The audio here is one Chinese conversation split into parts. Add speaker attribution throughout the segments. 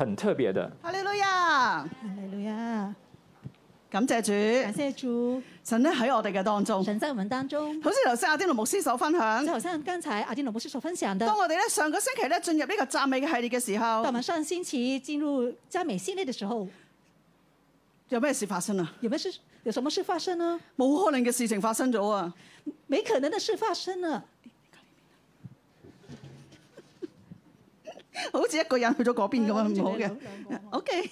Speaker 1: 很特別的。
Speaker 2: 哈利路亞，
Speaker 3: 哈利路亚！
Speaker 2: 感謝
Speaker 3: 感
Speaker 2: 主，
Speaker 3: 谢主，
Speaker 2: 神咧喺我哋嘅當中。
Speaker 3: 神在我们当中。
Speaker 2: 好似頭先阿丁奴牧師所分享
Speaker 3: 就，好像刚才阿丁老牧师所分享的
Speaker 2: 當，我哋咧上個星期咧進入呢個讚美嘅系列嘅時
Speaker 3: 当我
Speaker 2: 候，
Speaker 3: 们上星期进入佳美系列的时候，
Speaker 2: 有咩事發生啊？
Speaker 3: 有没有事？有什么事发生呢？
Speaker 2: 冇可能嘅事情發生咗啊！
Speaker 3: 没可能的事发生了，
Speaker 2: 好似一個人去咗嗰邊 咁樣，唔好嘅。
Speaker 3: 兩個
Speaker 2: OK，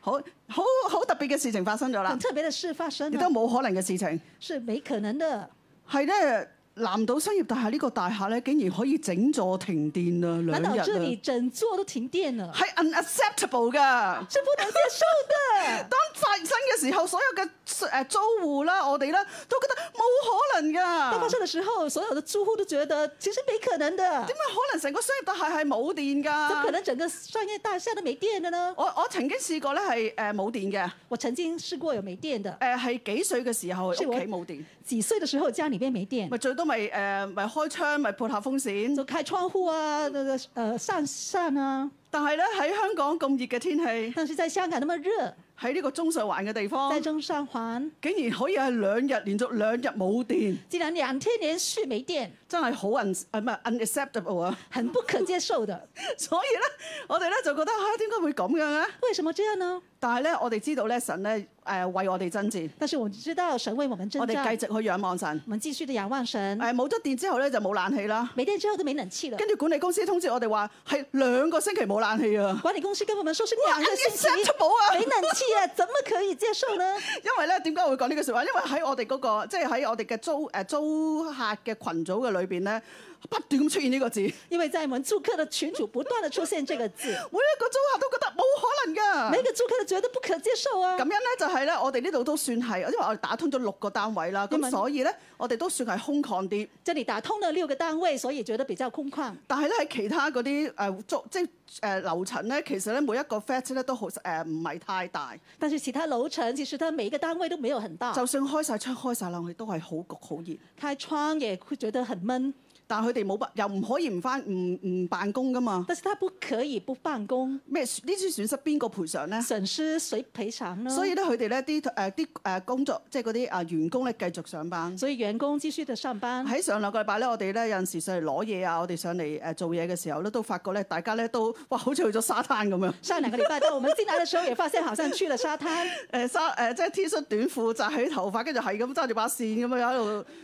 Speaker 2: 好好好特別嘅事情發生咗啦
Speaker 3: 啊很，特别的事发生
Speaker 2: 亦都
Speaker 3: 了，
Speaker 2: 冇可能嘅事情。
Speaker 3: 是没可能的。
Speaker 2: 係咧，南島商業大廈呢個大廈咧，竟然可以整座停電啊，
Speaker 3: 南
Speaker 2: 兩
Speaker 3: 岛这里
Speaker 2: 日啊，
Speaker 3: 整座都停电了，
Speaker 2: 係 unacceptable 噶。
Speaker 3: 是不能接受 的。
Speaker 2: 當發生嘅時候，所有嘅誒租户啦，我哋啦，都覺得冇可能
Speaker 3: 当发
Speaker 2: 㗎。
Speaker 3: 生的时候，所有的住户都觉得其实没可能 的
Speaker 2: 點，解可能成個商業大廈係冇電
Speaker 3: 怎么可
Speaker 2: 㗎？
Speaker 3: 能整个商业大厦都没电了呢？
Speaker 2: 我我曾經試過咧係誒冇電嘅，
Speaker 3: 我曾经试过有没电的，
Speaker 2: 誒係幾歲嘅時候屋企
Speaker 3: 即係我
Speaker 2: 冇電，
Speaker 3: 几岁的时候家里面没电，
Speaker 2: 咪最多咪誒咪開窗咪撥下風
Speaker 3: 就
Speaker 2: 扇。
Speaker 3: 开窗户啊，那个呃扇扇啊。
Speaker 2: 但係咧喺香港咁熱嘅天氣，
Speaker 3: 但是在香港那么熱，
Speaker 2: 喺呢個中上環嘅地方
Speaker 3: 在，中上環
Speaker 2: 竟然可以係兩日連續兩日冇電，
Speaker 3: 竟然兩天連續沒電，
Speaker 2: 真係好 un 誒唔係 unacceptable 啊！
Speaker 3: 很不可接 受的。
Speaker 2: 所以咧，我哋咧就覺得嚇點解會咁樣咧？
Speaker 3: 為什么這樣呢？
Speaker 2: 但係咧，我哋知道咧，神咧誒為我哋爭戰，
Speaker 3: 但是我們知道神為我們征
Speaker 2: 我哋
Speaker 3: 戰，
Speaker 2: 繼續去仰望神。
Speaker 3: 我們繼續的仰望神。
Speaker 2: 誒冇咗電之後咧就冇冷氣啦，
Speaker 3: 沒電之後都沒冷氣了，
Speaker 2: 跟住管理公司通知我哋話係兩個星期冇冷氣啊，
Speaker 3: 管理公司跟我們說是
Speaker 2: 哇
Speaker 3: 兩 個星期
Speaker 2: ，unacceptable 啊！
Speaker 3: 沒冷氣啊，怎麼可以接受呢？
Speaker 2: 因為咧點解我會講呢句説話？因為喺我哋嗰、個即係喺我哋嘅租誒租客嘅群組嘅裏邊咧，不斷咁出現呢個字，每
Speaker 3: 因為在我們住客的群組不斷的出現這個 字，
Speaker 2: 一個租客都覺得冇可能㗎。
Speaker 3: 每個住客都覺得不可接受啊
Speaker 2: 咁。樣咧就係咧，我哋呢度都算係，因為我哋打通咗六個單位啦，
Speaker 3: 英文
Speaker 2: 咁所以咧我哋都算係空曠啲。
Speaker 3: 這裡打通了六個單位，所以覺得比較空曠。
Speaker 2: 但係咧喺其他嗰啲誒租即係誒樓層咧，其實咧每一個 flat 咧都好誒唔係太大，
Speaker 3: 但是其他樓層其實它每一個單位都沒有很大，
Speaker 2: 就算開晒窗開晒冷氣都係好焗好熱。
Speaker 3: 開窗也會覺得很悶。
Speaker 2: 但係佢哋冇辦又唔可以唔翻唔唔辦公噶嘛？
Speaker 3: 但是他不可以不辦公，
Speaker 2: 咩損呢啲損失邊個賠償咧？
Speaker 3: 損失誰賠償呢？
Speaker 2: 所以咧佢哋咧啲誒啲誒工作即係嗰啲啊員工咧繼續上班。
Speaker 3: 所以員工繼續的上班。
Speaker 2: 喺上兩個禮拜咧，我哋咧有陣時上嚟攞嘢啊，我哋上嚟誒做嘢嘅時候咧，都發覺咧大家咧都哇好似去咗沙灘咁樣。
Speaker 3: 上兩個禮拜到我們進來的時候，也發現好像去了沙灘，
Speaker 2: 誒衫誒，即係 T 恤短褲紮起頭髮，跟住係咁揸住把扇咁樣喺度。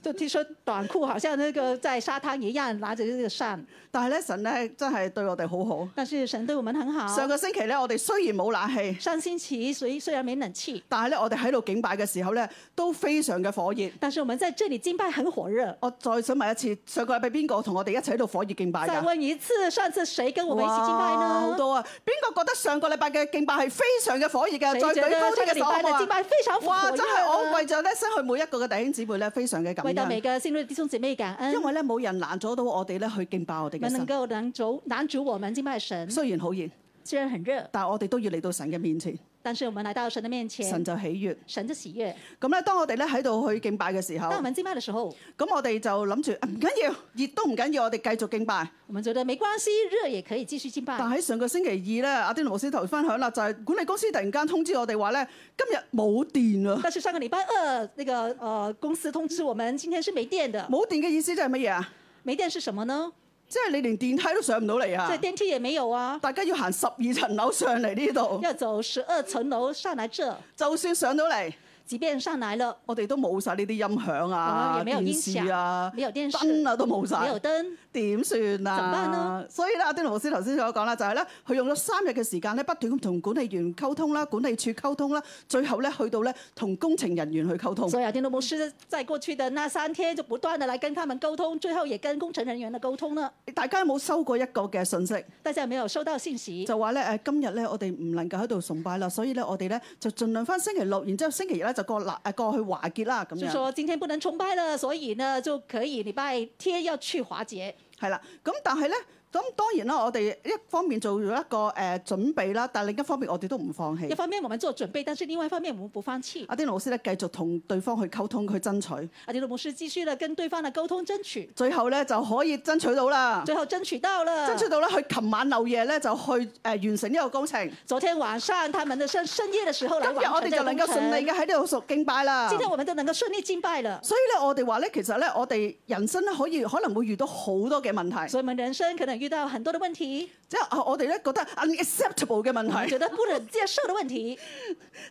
Speaker 3: 就 T 恤短褲，好像那個在沙灘一樣，拿着這個扇。
Speaker 2: 但係咧，神咧真係對我哋好好。
Speaker 3: 但是神對我們很好。
Speaker 2: 上
Speaker 3: 上
Speaker 2: 個星期咧，我哋雖然冇冷氣，
Speaker 3: 星期雖雖然沒冷氣，
Speaker 2: 但係咧我哋喺度敬拜嘅時候咧都非常嘅火熱。
Speaker 3: 但是我們在這裡敬拜很火熱。
Speaker 2: 我再想問一次，上個禮拜邊個同我哋一齊喺度火熱敬拜
Speaker 3: 再
Speaker 2: 㗎？
Speaker 3: 問一次，上次誰跟我們一起敬拜
Speaker 2: 哎哇好
Speaker 3: 呢？
Speaker 2: 多啊！邊個覺得上個禮拜嘅敬拜係非常嘅火熱嘅？
Speaker 3: 誰
Speaker 2: 再
Speaker 3: 覺得
Speaker 2: 舉高
Speaker 3: 這
Speaker 2: 啲
Speaker 3: 個
Speaker 2: 嘅手
Speaker 3: 禮拜
Speaker 2: 好
Speaker 3: 的
Speaker 2: 啊！
Speaker 3: 敬拜非常火
Speaker 2: 哇！
Speaker 3: 熱？
Speaker 2: 真係我為咗咧失去每一個嘅弟兄姊妹咧，非常嘅感
Speaker 3: 為到
Speaker 2: 恩，
Speaker 3: 每個新銳弟兄姐妹感恩，
Speaker 2: 因為咧冇人攔阻到我哋咧去敬拜我哋
Speaker 3: 你
Speaker 2: 嘅
Speaker 3: 們
Speaker 2: 神。
Speaker 3: 能夠攔阻攔阻我們敬拜神。
Speaker 2: 雖然好熱，
Speaker 3: 雖然很熱，
Speaker 2: 但係我哋都要嚟到神嘅面前，
Speaker 3: 但是我們來到神的面前，
Speaker 2: 神就喜悅。
Speaker 3: 神的喜悦。
Speaker 2: 咁咧，當我哋咧喺度去敬拜嘅時候，
Speaker 3: 當我
Speaker 2: 咁
Speaker 3: 們敬拜的時候，
Speaker 2: 我哋就諗住啊唔緊要，熱都唔緊要，我哋繼續敬拜。
Speaker 3: 我們覺得沒關係，熱也可以繼續敬拜
Speaker 2: 但。喺上個星期二咧，阿丁老師頭分享啦，就係、管理公司突然間通知我哋話咧，今日冇電啊！
Speaker 3: 但是上個禮拜二，那個呃公司通知我們今天是沒電的。
Speaker 2: 冇電嘅意思即係乜嘢啊？
Speaker 3: 沒電是什麼呢？
Speaker 2: 即係你連電梯都上唔到嚟
Speaker 3: 這
Speaker 2: 啊！
Speaker 3: 電梯也沒有啊，
Speaker 2: 大家要行十二層樓上嚟呢度，
Speaker 3: 要走十二層樓上來這。
Speaker 2: 就算上到嚟，
Speaker 3: 即便上來了，
Speaker 2: 我哋都冇晒呢啲音響啊、
Speaker 3: 我哦們也沒有音
Speaker 2: 電視啊
Speaker 3: 響，、沒有電視，
Speaker 2: 燈啊都冇晒。
Speaker 3: 沒有燈，
Speaker 2: 點算
Speaker 3: 怎麼辦
Speaker 2: 啊
Speaker 3: 呢？
Speaker 2: 所以咧，阿丁老師頭先所講啦，就係咧，佢用咗三日嘅時間咧，不斷咁同管理員溝通啦、管理處溝通啦，最後咧去到咧同工程人員去溝通。
Speaker 3: 所以阿丁羅牧師在過去的那三天就不斷的來跟他們溝通，最後也跟工程人員的溝通呢。
Speaker 2: 大家有冇收過一個嘅信息，
Speaker 3: 大家有沒有收到信息？
Speaker 2: 就話咧誒，今日咧我哋唔能夠喺度崇拜啦，所以咧我哋咧就盡量翻星期六，然之後星期日咧就過嗱誒過去華傑啦咁
Speaker 3: 就
Speaker 2: 樣。
Speaker 3: 說今天不能崇拜了，所以呢就可以禮拜天要去華節。
Speaker 2: 係啦，咁但係咧咁當然啦，我哋一方面做咗一個誒、呃、準備啦，但另一方面我哋都唔放
Speaker 3: 一
Speaker 2: 棄。
Speaker 3: 方面我们做准备，但是另外一方面我们不放弃。
Speaker 2: 阿丁老師咧繼續同對方去溝通，去爭取，
Speaker 3: 阿迪罗姆斯继续了跟對方的溝通爭取，
Speaker 2: 最後咧就可以爭取到啦。
Speaker 3: 最後爭取到了。
Speaker 2: 啊爭取到咧，佢琴晚漏夜咧就去誒、呃完成呢個工程。
Speaker 3: 昨天晚上他们的深深夜的時候
Speaker 2: 今
Speaker 3: 來
Speaker 2: 日我哋
Speaker 3: 完成這
Speaker 2: 就
Speaker 3: 個
Speaker 2: 能
Speaker 3: 工
Speaker 2: 夠順利
Speaker 3: 程。
Speaker 2: 嘅喺呢度熟敬拜啦。
Speaker 3: 今天我們都能夠順利敬拜了，
Speaker 2: 所以咧，我哋話咧，其實咧，我哋人生咧可以可能會遇到好多嘅問題，
Speaker 3: 所以我們人生可能遇到很多的問題，
Speaker 2: 即係啊我哋咧覺得 unacceptable 嘅問題
Speaker 3: 覺，得不能接受的問題。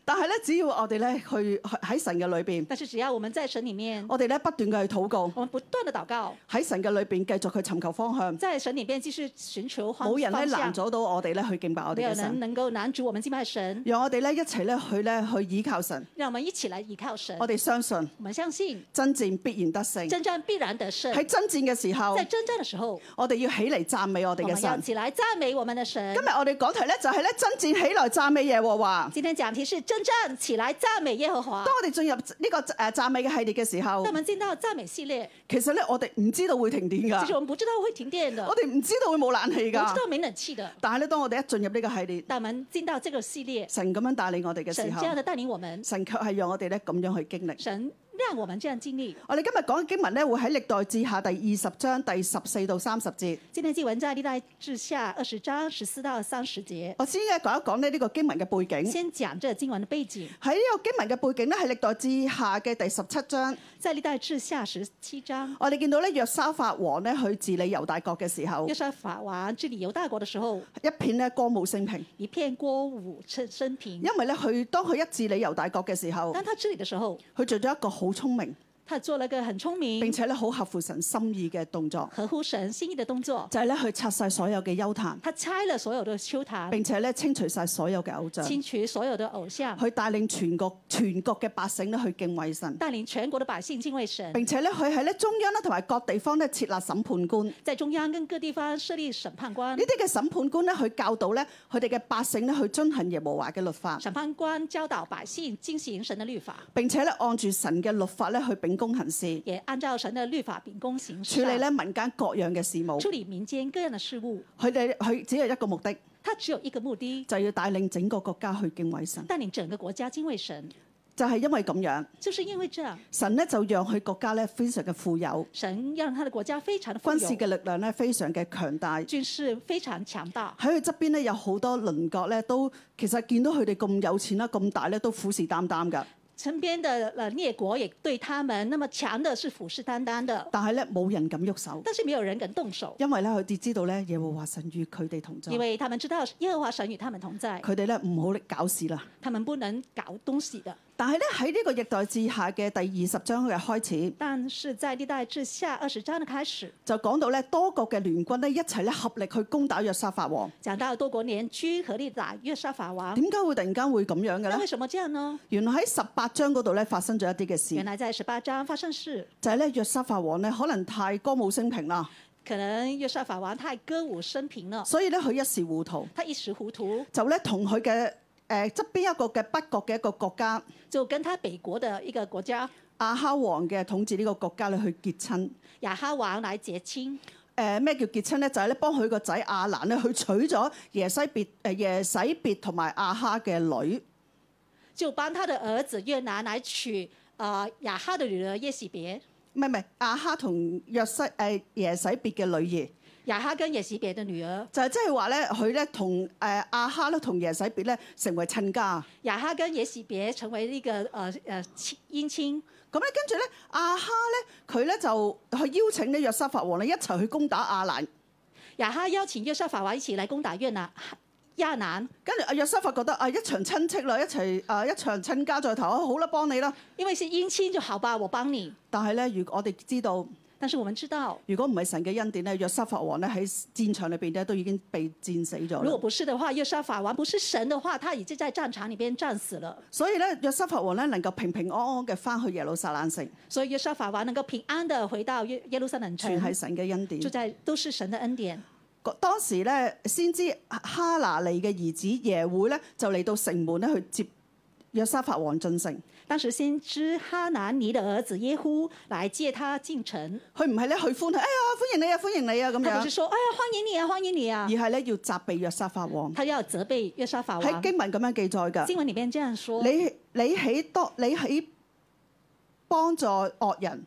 Speaker 2: 但係咧，只要我哋咧去喺神嘅裏邊，
Speaker 3: 但是只要我們在神裡面，
Speaker 2: 我哋咧不斷嘅去禱告，
Speaker 3: 我們不斷的禱告，
Speaker 2: 喺神嘅裏邊繼續去尋求方向，
Speaker 3: 在神裡面繼續尋求方
Speaker 2: 冇人咧
Speaker 3: 方
Speaker 2: 攔
Speaker 3: 向，
Speaker 2: 阻到我哋咧去敬拜我
Speaker 3: 沒
Speaker 2: 哋
Speaker 3: 有
Speaker 2: 嘅
Speaker 3: 人
Speaker 2: 神，
Speaker 3: 能夠攔阻我們敬拜神。
Speaker 2: 讓我哋咧一齊咧去咧去倚靠神，
Speaker 3: 讓我們一起來依靠神，
Speaker 2: 我哋相信
Speaker 3: 我們相信
Speaker 2: 爭戰必然得勝。
Speaker 3: 征戰必然得勝。
Speaker 2: 喺爭戰嘅時候
Speaker 3: 在，征戰的時候，
Speaker 2: 我哋要起嚟讚美我哋
Speaker 3: 我
Speaker 2: 嘅
Speaker 3: 們要
Speaker 2: 神。
Speaker 3: 起來讚美我們的神
Speaker 2: 今。日我哋講題咧就係咧爭戰起來讚美耶和華。
Speaker 3: 今天講題是征戰起來讚美耶和華
Speaker 2: 當。我哋進入呢個誒讚美嘅系列嘅時候
Speaker 3: 那我，們進到讚美系列，
Speaker 2: 其實咧我哋唔知道會停電
Speaker 3: 其實
Speaker 2: 㗎，
Speaker 3: 我們不知道會停電的，
Speaker 2: 我
Speaker 3: 我
Speaker 2: 哋唔知道會冇冷氣
Speaker 3: 不知
Speaker 2: 㗎。
Speaker 3: 道沒冷氣的。
Speaker 2: 但係咧，當我哋一進入呢個系列，
Speaker 3: 但我們進到這個系列，
Speaker 2: 神咁樣帶領我哋嘅
Speaker 3: 神
Speaker 2: 時
Speaker 3: 這樣
Speaker 2: 候，
Speaker 3: 的帶領我們，
Speaker 2: 神卻係讓我哋咧咁樣去經歷。
Speaker 3: 神讓我們這樣經歷。
Speaker 2: 我哋今日講嘅經文咧，會喺歷代志下第二十章第十四到三十節。
Speaker 3: 今天經文在歷代志下二十章十四到三十節，
Speaker 2: 我先咧講一講咧呢個經文嘅背景。
Speaker 3: 先講這經文的背景，
Speaker 2: 喺呢個經文嘅背景咧，係歷代志下嘅第十七章。
Speaker 3: 在歷代志下十七章。
Speaker 2: 我哋見到咧，約沙法王咧去治理猶大國嘅時候
Speaker 3: 約，沙法王治理猶大國的時候，
Speaker 2: 一片咧歌舞升平，
Speaker 3: 一片歌舞升升平
Speaker 2: 因。為咧佢當佢一治理猶大國嘅時候，
Speaker 3: 當他治理的時候，
Speaker 2: 佢做咗一個好聰明
Speaker 3: 他做了個很聰
Speaker 2: 並
Speaker 3: 明、
Speaker 2: 且咧好合乎神心意嘅動作，
Speaker 3: 合乎神心意的動作。
Speaker 2: 就係咧去拆晒所有嘅幽壇，
Speaker 3: 他拆了所有的丘壇，
Speaker 2: 並且咧清除晒所有嘅偶像，
Speaker 3: 清除所有的偶像，
Speaker 2: 去帶領全國全國嘅百姓咧去敬畏神。
Speaker 3: 帶領全國的百姓敬畏神，
Speaker 2: 並且咧，佢喺咧中央咧同埋各地方咧設立審判官。呢
Speaker 3: 在中央跟各地方設立審判官。
Speaker 2: 啲嘅審判官咧，佢教導咧佢哋嘅百姓咧去遵行耶和華嘅律法，
Speaker 3: 審判官教導百姓遵行神的律法，
Speaker 2: 並且咧按住神嘅律法咧去秉公行事，
Speaker 3: 也按照神的律法秉公行
Speaker 2: 處
Speaker 3: 事，
Speaker 2: 理咧民間各樣嘅事務。
Speaker 3: 處理民間各樣的事務。
Speaker 2: 佢哋佢只有一個目的，
Speaker 3: 他只有一個目的，
Speaker 2: 就要帶領整個國家去敬畏神。
Speaker 3: 帶領整個國家敬畏神。
Speaker 2: 就係因為咁樣，
Speaker 3: 就是因為這樣，
Speaker 2: 神咧就讓佢國家咧非常嘅富有，
Speaker 3: 神讓他的國家非常的富有
Speaker 2: 軍事嘅力量咧非常嘅強大。
Speaker 3: 軍事非常強大。
Speaker 2: 喺佢側邊咧有好多鄰國咧都其實見到佢哋咁有錢啦、咁大咧都虎視眈眈㗎，
Speaker 3: 身邊的呃列國也對他們那麼強的是虎視眈眈的，
Speaker 2: 但係咧冇人敢喐手，
Speaker 3: 但是沒有人敢動手，
Speaker 2: 因為咧佢哋知道咧耶和華神與佢哋同在
Speaker 3: 因，為他們知道耶和華神與他們同在，
Speaker 2: 佢哋咧唔好力搞事啦。
Speaker 3: 他們不能搞東西的。
Speaker 2: 但係咧喺呢個歷代志下嘅第二十章嘅開始，
Speaker 3: 但是在歷代志下二十章的開始，
Speaker 2: 就講到咧多國嘅聯軍咧一齊咧合力去攻打約沙法王。
Speaker 3: 講到多國聯軍合力打約沙法王。
Speaker 2: 點解會突然間會咁樣嘅
Speaker 3: 那
Speaker 2: 咧
Speaker 3: 為？什麼這樣呢？
Speaker 2: 原來喺十八章嗰度咧發生咗一啲嘅
Speaker 3: 原
Speaker 2: 事，
Speaker 3: 來在十八章發生事，
Speaker 2: 就係咧約沙法王咧可能太歌舞升平啦，
Speaker 3: 可能約沙法王太歌舞升平了，
Speaker 2: 所以咧佢一時糊塗，
Speaker 3: 他一時糊塗，
Speaker 2: 就咧同佢嘅誒側邊一個嘅北國嘅一個國家
Speaker 3: 就跟他北國的一個國家
Speaker 2: 亞哈王嘅統治呢個國家咧去結親。
Speaker 3: 亞哈王來結親。
Speaker 2: 誒呃咩叫結親咧？就係咧幫佢個仔亞蘭咧去娶咗耶西別誒耶洗別同埋亞哈嘅女。
Speaker 3: 就幫他的兒子越南來娶呃雅哈的女兒耶喜別，
Speaker 2: 唔係唔係，亞哈同約西誒、耶洗別嘅女兒，
Speaker 3: 雅哈跟耶喜別的女兒，
Speaker 2: 就係即係話咧，佢咧同誒亞哈咧同耶洗別咧成為親家。
Speaker 3: 雅哈跟耶喜別成為那個呃呃親姻親。
Speaker 2: 咁咧，跟住咧，亞哈咧，佢咧就去邀請呢約沙法王咧一齊去攻打亞蘭。
Speaker 3: 雅哈邀請約沙法王一起來攻打越南亞南，
Speaker 2: 跟住阿約沙法覺得啊，一場親戚啦，一齊啊一場親家在頭，啊好啦，幫你啦。
Speaker 3: 因為是姻親就好吧，我幫你。
Speaker 2: 但係咧，如果我哋知道，
Speaker 3: 但是我們知道，
Speaker 2: 如果唔係神嘅恩典咧，約沙法王咧喺戰場裏邊咧都已經被戰死咗
Speaker 3: 如果
Speaker 2: 啦。
Speaker 3: 不是的話，約沙法王不是神的話，他已經在戰場裡邊戰死了。
Speaker 2: 所以咧，約沙法王咧能夠平平安安嘅翻去耶路撒冷城，
Speaker 3: 所以約沙法王能夠平安的回到耶耶路撒冷城
Speaker 2: 全，係神嘅恩典
Speaker 3: 就。在都是神的恩典。
Speaker 2: 個當時咧，先知哈拿利嘅兒子耶會咧就嚟到城門咧去接約沙法王進城。
Speaker 3: 当时先知哈南尼的儿子耶呼来接他进城，
Speaker 2: 佢唔係咧去歡喜，哎呀歡迎你啊歡迎你啊咁
Speaker 3: 他不是
Speaker 2: 樣，
Speaker 3: 说：“哎呀，歡迎你啊，歡迎你啊
Speaker 2: 而係咧要責備約沙法王！”。
Speaker 3: 他要責備約沙法
Speaker 2: 喺
Speaker 3: 王。
Speaker 2: 經文咁樣記載㗎。
Speaker 3: 經文里面这樣說：
Speaker 2: 你你起多你起幫助惡人，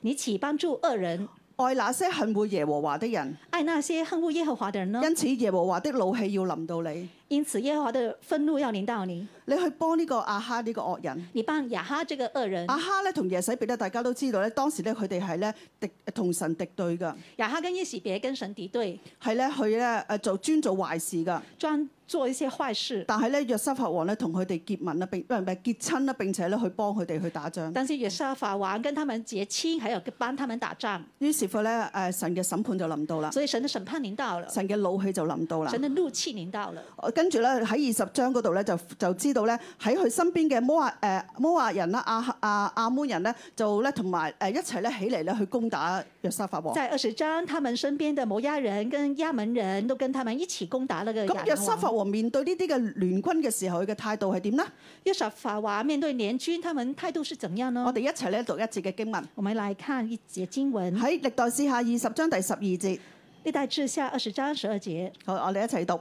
Speaker 3: 你岂幫助惡人，
Speaker 2: 愛那些恨惡耶和華的人，
Speaker 3: 愛那些恨惡耶和華的人呢？
Speaker 2: 因此耶和華的怒氣要臨到你。
Speaker 3: 因此耶和華的憤怒要臨到你。
Speaker 2: 你去幫呢個亞哈呢個惡人。
Speaker 3: 你幫亞哈這個惡人，
Speaker 2: 亞哈咧同耶洗別咧，大家都知道咧，當時咧佢哋係咧敵同神敵對㗎，
Speaker 3: 亞哈跟耶洗別跟神敵對，
Speaker 2: 係咧佢咧誒做專做壞事㗎。
Speaker 3: 專做一些壞事。
Speaker 2: 但係咧約沙法王咧同佢哋結盟啦，並唔係唔係結親啦，並且咧去幫佢哋去打仗。
Speaker 3: 但是約沙法王跟他們結親，還有幫他們打仗，
Speaker 2: 於是乎咧誒神嘅審判就臨到啦，
Speaker 3: 所以神的審判臨到了，
Speaker 2: 神嘅怒氣就臨到啦。
Speaker 3: 神的怒氣臨到了。
Speaker 2: 跟住咧喺二十章嗰度咧就就知道咧喺佢身邊嘅摩亞誒、呃摩亞人啦、亞亞亞門人咧就咧同埋呃誒一齊咧起嚟咧去攻打約沙法王。
Speaker 3: 在二十章，他們身邊的摩押人跟亞門人都跟他們一起攻打那個
Speaker 2: 咁
Speaker 3: 亞
Speaker 2: 約
Speaker 3: 蘭
Speaker 2: 沙
Speaker 3: 王。
Speaker 2: 法王面對呢啲嘅聯軍嘅時候，佢嘅態度係點呢？
Speaker 3: 約沙法王面對聯軍，他們態度是怎樣呢
Speaker 2: 我？哋一齊咧讀一節嘅經文，
Speaker 3: 我們來看一節經文，《
Speaker 2: 喺歷代志下二十章第十二節，
Speaker 3: 歷代志下》二十章十二節，
Speaker 2: 好，我哋一齊讀。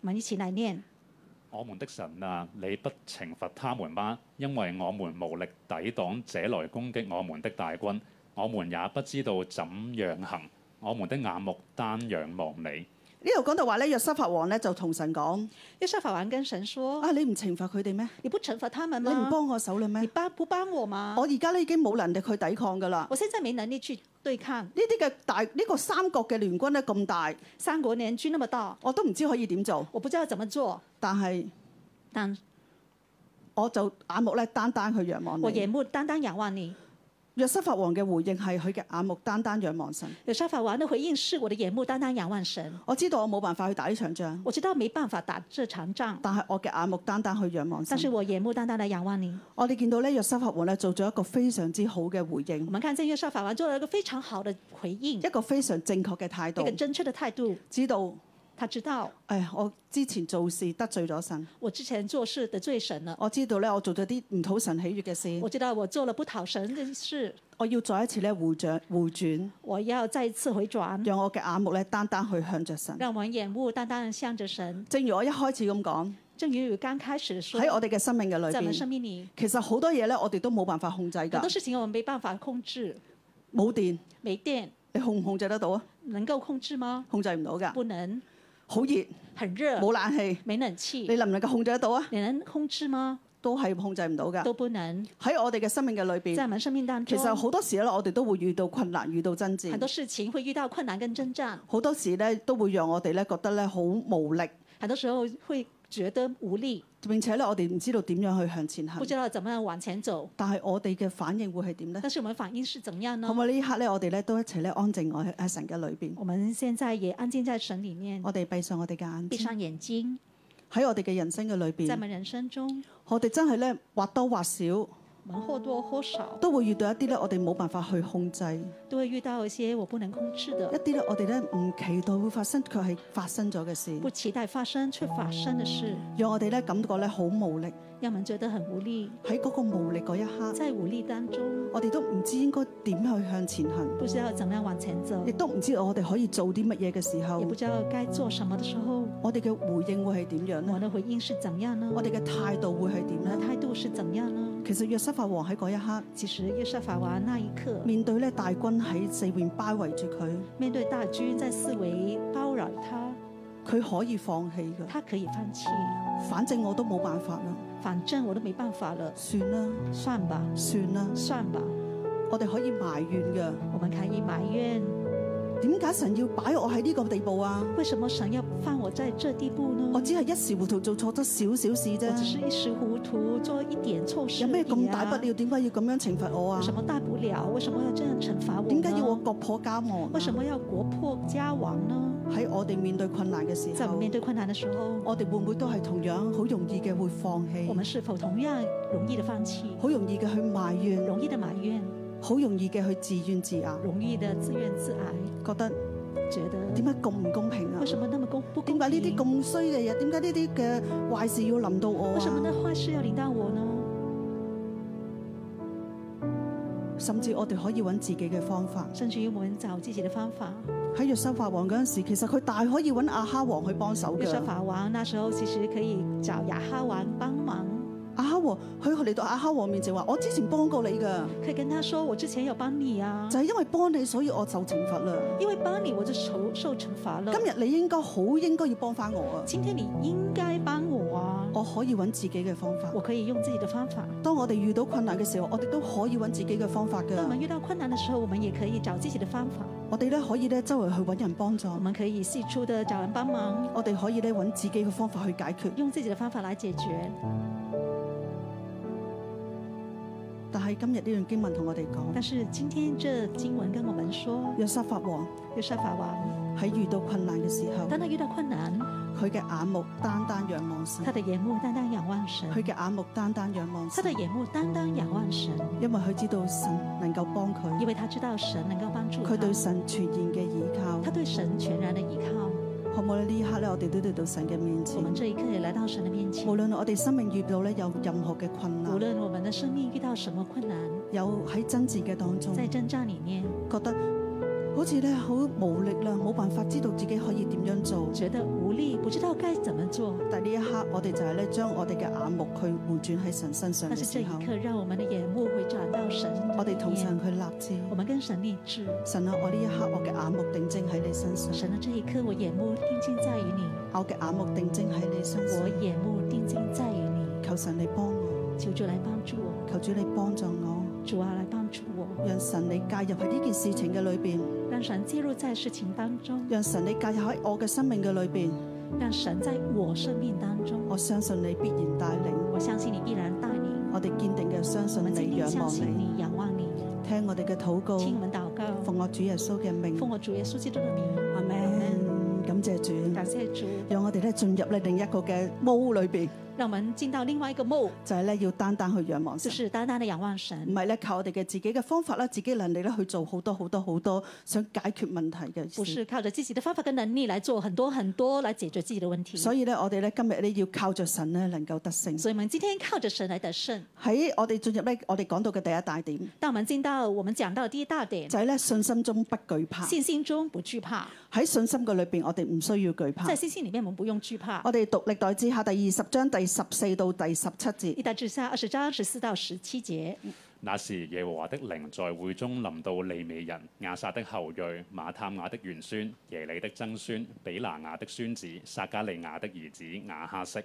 Speaker 3: 我們一起來念。
Speaker 1: 我們的神啊，你不懲罰他們嗎？因為我們無力抵擋這來攻擊我們的大軍，我們也不知道怎樣行。我們的眼目單仰望你，
Speaker 2: 呢度講到話咧，約沙法王咧就同神講：
Speaker 3: 約沙法王跟神說
Speaker 2: 啊，你唔懲罰佢哋咩？：“
Speaker 3: 你不懲罰他們
Speaker 2: 你哦唔
Speaker 3: 嗎？
Speaker 2: 幫我手嘞
Speaker 3: 你
Speaker 2: 咩？
Speaker 3: 幫不幫我嗎
Speaker 2: 我而家咧已經冇能力去抵抗㗎啦。？”
Speaker 3: 我現在沒能力去對抗
Speaker 2: 呢啲嘅大呢、個三國嘅聯軍咧咁大，
Speaker 3: 三國聯軍那麼大，
Speaker 2: 我都唔知可以點做，
Speaker 3: 我不知道怎麼做，
Speaker 2: 但係
Speaker 3: 但
Speaker 2: 我就眼目咧單單去仰望
Speaker 3: 我
Speaker 2: 你。
Speaker 3: 眼目單單仰望你。
Speaker 2: 約瑟法王嘅回應係佢嘅眼目單單仰望神。
Speaker 3: 約沙法王的回應是我的眼目單單仰望神，
Speaker 2: 我知道我冇辦法去打呢場仗，
Speaker 3: 我知道沒辦法打這場仗，
Speaker 2: 但係我嘅眼目單單去仰望
Speaker 3: 但是
Speaker 2: 神。
Speaker 3: 我眼目單單的仰望你。
Speaker 2: 我哋見到咧約瑟法王咧做咗一個非常之好嘅回
Speaker 3: 我
Speaker 2: 應，
Speaker 3: 們看見約沙法王做了一個非常好的回應，
Speaker 2: 一個非常正確嘅態
Speaker 3: 一個
Speaker 2: 度，
Speaker 3: 正確的態度。
Speaker 2: 知道
Speaker 3: 他知道
Speaker 2: 誒我之前做事得罪咗神，
Speaker 3: 我之前做事得罪神了，
Speaker 2: 我知道咧我做咗啲唔討神喜悅嘅事，
Speaker 3: 我知道我做了不討神的事，
Speaker 2: 我要再一次咧回轉回轉，
Speaker 3: 我要再一次回轉，
Speaker 2: 讓我嘅眼目咧單單去向着神。
Speaker 3: 讓我們眼目單單地向着神。
Speaker 2: 正如我一開始咁講，
Speaker 3: 正如剛開始說，
Speaker 2: 喺我哋嘅生命嘅裏
Speaker 3: 在我們
Speaker 2: 邊
Speaker 3: 生，命裡，
Speaker 2: 其實好多嘢咧，我哋都冇辦法控制
Speaker 3: 很多
Speaker 2: 㗎。
Speaker 3: 事情我們沒辦法控制，
Speaker 2: 冇電，
Speaker 3: 沒電
Speaker 2: 你控唔控制得到啊？
Speaker 3: 能夠控制嗎？
Speaker 2: 控制唔到㗎。
Speaker 3: 不能，
Speaker 2: 好熱，
Speaker 3: 很熱，
Speaker 2: 冇冷氣，
Speaker 3: 沒冷氣，
Speaker 2: 你能唔能夠控制得到啊？
Speaker 3: 你能控制嗎？
Speaker 2: 都係控制唔到㗎。
Speaker 3: 都不能。
Speaker 2: 喺我哋嘅生命嘅裏
Speaker 3: 在
Speaker 2: 邊，
Speaker 3: 我們生命當
Speaker 2: 其實
Speaker 3: 中，
Speaker 2: 好多時咧，我哋都會遇到困難，遇到爭
Speaker 3: 很多
Speaker 2: 戰。
Speaker 3: 事情會遇到困難跟征戰，
Speaker 2: 好多時咧都會讓我哋咧覺得咧好無力，
Speaker 3: 很多時候會覺得無力，
Speaker 2: 並且咧我哋唔知道點樣去向前
Speaker 3: 不
Speaker 2: 行。
Speaker 3: 知道怎麼樣往前走。
Speaker 2: 但係我哋嘅反應會係點呢？
Speaker 3: 但是我們反應是怎樣
Speaker 2: 可唔
Speaker 3: 呢？
Speaker 2: 可以呢一刻咧，我哋咧都一齊咧安靜我喺喺神嘅裏邊，
Speaker 3: 我們現在也安靜在神裡面，
Speaker 2: 我哋閉上我哋嘅眼
Speaker 3: 閉
Speaker 2: 睛，
Speaker 3: 上眼睛，
Speaker 2: 喺我哋嘅人生嘅裏
Speaker 3: 在
Speaker 2: 邊
Speaker 3: 我。們人生中，
Speaker 2: 我哋真係咧或多或少
Speaker 3: 我們或多或少
Speaker 2: 都會遇到一啲咧，我哋冇辦法去控制，一
Speaker 3: 都會遇到一些我不能控制的、
Speaker 2: 啲咧我哋咧唔期待會發生，卻係發生咗嘅事，
Speaker 3: 不期待發生卻發生的事，
Speaker 2: 讓我哋咧感覺咧好無力。
Speaker 3: 讓我們覺得很無力。
Speaker 2: 喺嗰個無力嗰一刻，
Speaker 3: 在無力當中，
Speaker 2: 我哋都唔知應該點去向前行，
Speaker 3: 不知道怎麼樣往前走
Speaker 2: 亦，都唔知道我哋可以做啲乜嘢嘅時候
Speaker 3: 也，不知道該做什麼的時候，
Speaker 2: 我哋嘅回應會係點樣
Speaker 3: 我
Speaker 2: 呢？
Speaker 3: 的回應是怎樣呢？
Speaker 2: 我哋嘅態度會係點
Speaker 3: 我的
Speaker 2: 呢？
Speaker 3: 態度是怎樣呢？
Speaker 2: 其實約瑟法王喺嗰一刻，
Speaker 3: 其實約瑟法王那一刻，
Speaker 2: 面對咧大軍喺四面包圍住佢，
Speaker 3: 面對大軍在四圍包繞他，
Speaker 2: 佢可以放棄嘅，
Speaker 3: 他可以放棄，
Speaker 2: 反正我都冇辦法啦，
Speaker 3: 反正我都沒辦法了，
Speaker 2: 算啦，
Speaker 3: 算吧，
Speaker 2: 算啦。
Speaker 3: 算吧，
Speaker 2: 我哋可以埋怨嘅，
Speaker 3: 我們可以埋怨，
Speaker 2: 點解神要擺我喺呢個地步啊？
Speaker 3: 為什麼神要放我在這地步呢？
Speaker 2: 我只係一時糊塗做錯咗少少事
Speaker 3: 我只
Speaker 2: 啫，
Speaker 3: 是一時糊塗，做一點錯事、
Speaker 2: 有咩咁大不？了？點解要咁樣懲罰我
Speaker 3: 有
Speaker 2: 啊
Speaker 3: 什？麼大不了？為什麼要這樣懲罰我？
Speaker 2: 點解要我？國破家亡啊？
Speaker 3: 為什麼要國破家亡呢？
Speaker 2: 喺我哋面對困難嘅時
Speaker 3: 在我
Speaker 2: 候
Speaker 3: 們，面對困難的時候，
Speaker 2: 我哋會唔會都係同樣好容易嘅會放
Speaker 3: 我們
Speaker 2: 棄，
Speaker 3: 是否同樣容易的放棄，
Speaker 2: 好容易嘅去埋怨，
Speaker 3: 容易的埋怨，
Speaker 2: 好容易嘅去自怨自艾，
Speaker 3: 容易的自怨自艾，
Speaker 2: 覺得
Speaker 3: 觉得
Speaker 2: 點解咁唔公平啊
Speaker 3: 为？什么那么公不
Speaker 2: 點
Speaker 3: 公
Speaker 2: 解呢啲
Speaker 3: 平？
Speaker 2: 咁衰嘅嘢？點解呢啲嘅壞事要臨到我
Speaker 3: 为什么
Speaker 2: 啊？
Speaker 3: 那坏事要临到我呢？
Speaker 2: 甚至我哋可以揾自己嘅方法。
Speaker 3: 甚至于我们找自己的方法。
Speaker 2: 喺約沙法王嗰陣時，其實佢大可以揾亞哈王去幫手
Speaker 3: 约
Speaker 2: 嘅。
Speaker 3: 沙法王那时候其实可以找亚哈王帮忙，
Speaker 2: 亞哈王，啊佢嚟到亞哈王面前話：我之前幫過你㗎，
Speaker 3: 可以跟他说：“我之前有幫你啊
Speaker 2: 就，係因為幫你，所以我受懲罰啦。
Speaker 3: 因为幫你我就受受惩罚了。
Speaker 2: 今日你應該好應該要幫翻我啊！
Speaker 3: 今天你應該幫我啊，
Speaker 2: 我可以揾自己嘅方法。
Speaker 3: 我可以用自己的方法。
Speaker 2: 當我哋遇到困難嘅時候，我哋都可以揾自己嘅方法
Speaker 3: 当我们
Speaker 2: 㗎。
Speaker 3: 遇到困難的时候，我們也可以找自己的方法，
Speaker 2: 我哋咧可以咧周圍去揾人幫助
Speaker 3: 我，們可以四处的找人幫忙，
Speaker 2: 我哋可以咧揾自己嘅方法去解決。
Speaker 3: 用自己的方法來解決。
Speaker 2: 但係今日呢段經文同我哋
Speaker 3: 但
Speaker 2: 講，
Speaker 3: 是今天這經文跟我們說，
Speaker 2: 約沙法王
Speaker 3: 約沙法王
Speaker 2: 喺遇到困難嘅時候，
Speaker 3: 當他遇到困難，
Speaker 2: 佢嘅眼目單單仰望神
Speaker 3: 他，的眼目單單仰望神，
Speaker 2: 佢嘅眼目單單仰望
Speaker 3: 他
Speaker 2: 神
Speaker 3: 的，眼目單單仰望神，
Speaker 2: 因為佢知道神能夠幫佢
Speaker 3: 因，為他知道神能夠幫助
Speaker 2: 佢
Speaker 3: 他
Speaker 2: 對，神全然嘅倚靠
Speaker 3: 他。對神全然的依靠。
Speaker 2: 可唔可以呢一刻咧，我哋都嚟到神嘅面
Speaker 3: 我
Speaker 2: 前，
Speaker 3: 們這一刻也來到神的面前，
Speaker 2: 無論我哋生命遇到咧有任何嘅困
Speaker 3: 無
Speaker 2: 難，
Speaker 3: 論我們的生命遇到什麼困難，
Speaker 2: 有喺爭戰嘅當中，
Speaker 3: 在征戰裡面，
Speaker 2: 覺得好似咧好無力啦，冇辦法知道自己可以點樣做。
Speaker 3: 覺得無力，不知道該怎麼做。
Speaker 2: 但呢一刻，我哋就係咧將我哋嘅眼目去回轉喺神身上
Speaker 3: 但
Speaker 2: 嘅
Speaker 3: 是這
Speaker 2: 時
Speaker 3: 一
Speaker 2: 候，
Speaker 3: 刻，讓我們的眼目會轉到神的
Speaker 2: 我哋同
Speaker 3: 面
Speaker 2: 神去立志。
Speaker 3: 我們跟神立志。
Speaker 2: 神啊，我呢一刻我嘅眼目定睛喺你身上，
Speaker 3: 神的這一刻，我眼目定睛在於你，
Speaker 2: 我嘅眼目定睛喺你身
Speaker 3: 我
Speaker 2: 上。
Speaker 3: 眼目定睛在於你。
Speaker 2: 求神你幫我，
Speaker 3: 求主來幫助我，
Speaker 2: 求主你幫助我，
Speaker 3: 主啊，來幫助我，
Speaker 2: 讓神你介入喺呢件事情嘅裏邊，
Speaker 3: 讓神介入在事情當中，
Speaker 2: 讓神你介入喺我嘅生命嘅裏邊。
Speaker 3: 讓神在我生命當中。
Speaker 2: 我相信你必然帶領，
Speaker 3: 我相信你必然帶領，
Speaker 2: 我哋堅定嘅相
Speaker 3: 我
Speaker 2: 信
Speaker 3: 們堅
Speaker 2: 你，
Speaker 3: 定
Speaker 2: 仰
Speaker 3: 相
Speaker 2: 望
Speaker 3: 信
Speaker 2: 你，
Speaker 3: 你，仰望你。
Speaker 2: 聽我哋嘅禱告，
Speaker 3: 聽我們禱告，
Speaker 2: 奉我主耶穌嘅名。
Speaker 3: 奉我主耶穌基督的名，
Speaker 2: 阿 Man，感謝主，
Speaker 3: 感謝主，
Speaker 2: 讓我哋咧進入咧另一個嘅毛裏邊，
Speaker 3: 讓我們進到另外一個夢，
Speaker 2: 就係咧要單單去仰望
Speaker 3: 就
Speaker 2: 神，
Speaker 3: 是單單的仰望
Speaker 2: 唔
Speaker 3: 神，
Speaker 2: 係咧靠我哋嘅自己嘅方法啦、自己能力咧去做好多好多好多想解決問題嘅
Speaker 3: 不
Speaker 2: 事。
Speaker 3: 是靠着自己的方法跟能力來做很多很多來解決自己的問題。
Speaker 2: 所以咧，我哋咧今日咧要靠着神咧能夠得勝。
Speaker 3: 所以我们今天靠着神来得勝。
Speaker 2: 喺我哋進入咧，我哋講到嘅第一大點
Speaker 3: 當我們進到我們講到的第一大點，
Speaker 2: 就係咧信心中不懼怕。
Speaker 3: 信心中不懼怕，
Speaker 2: 喺信心嘅裏邊，我哋唔需要懼怕
Speaker 3: 在。信心裡面我們不用懼怕。
Speaker 2: 我哋讀歷代之下第二十章第十四到第十七節
Speaker 3: 一，代之下二十章十四到十七節，
Speaker 1: 那時耶和華的靈在會中臨到利美人、亞撒的後裔、馬探雅的玄孫、耶利的曾孫、比拿雅的孫子、撒加利亞的兒子亞哈色。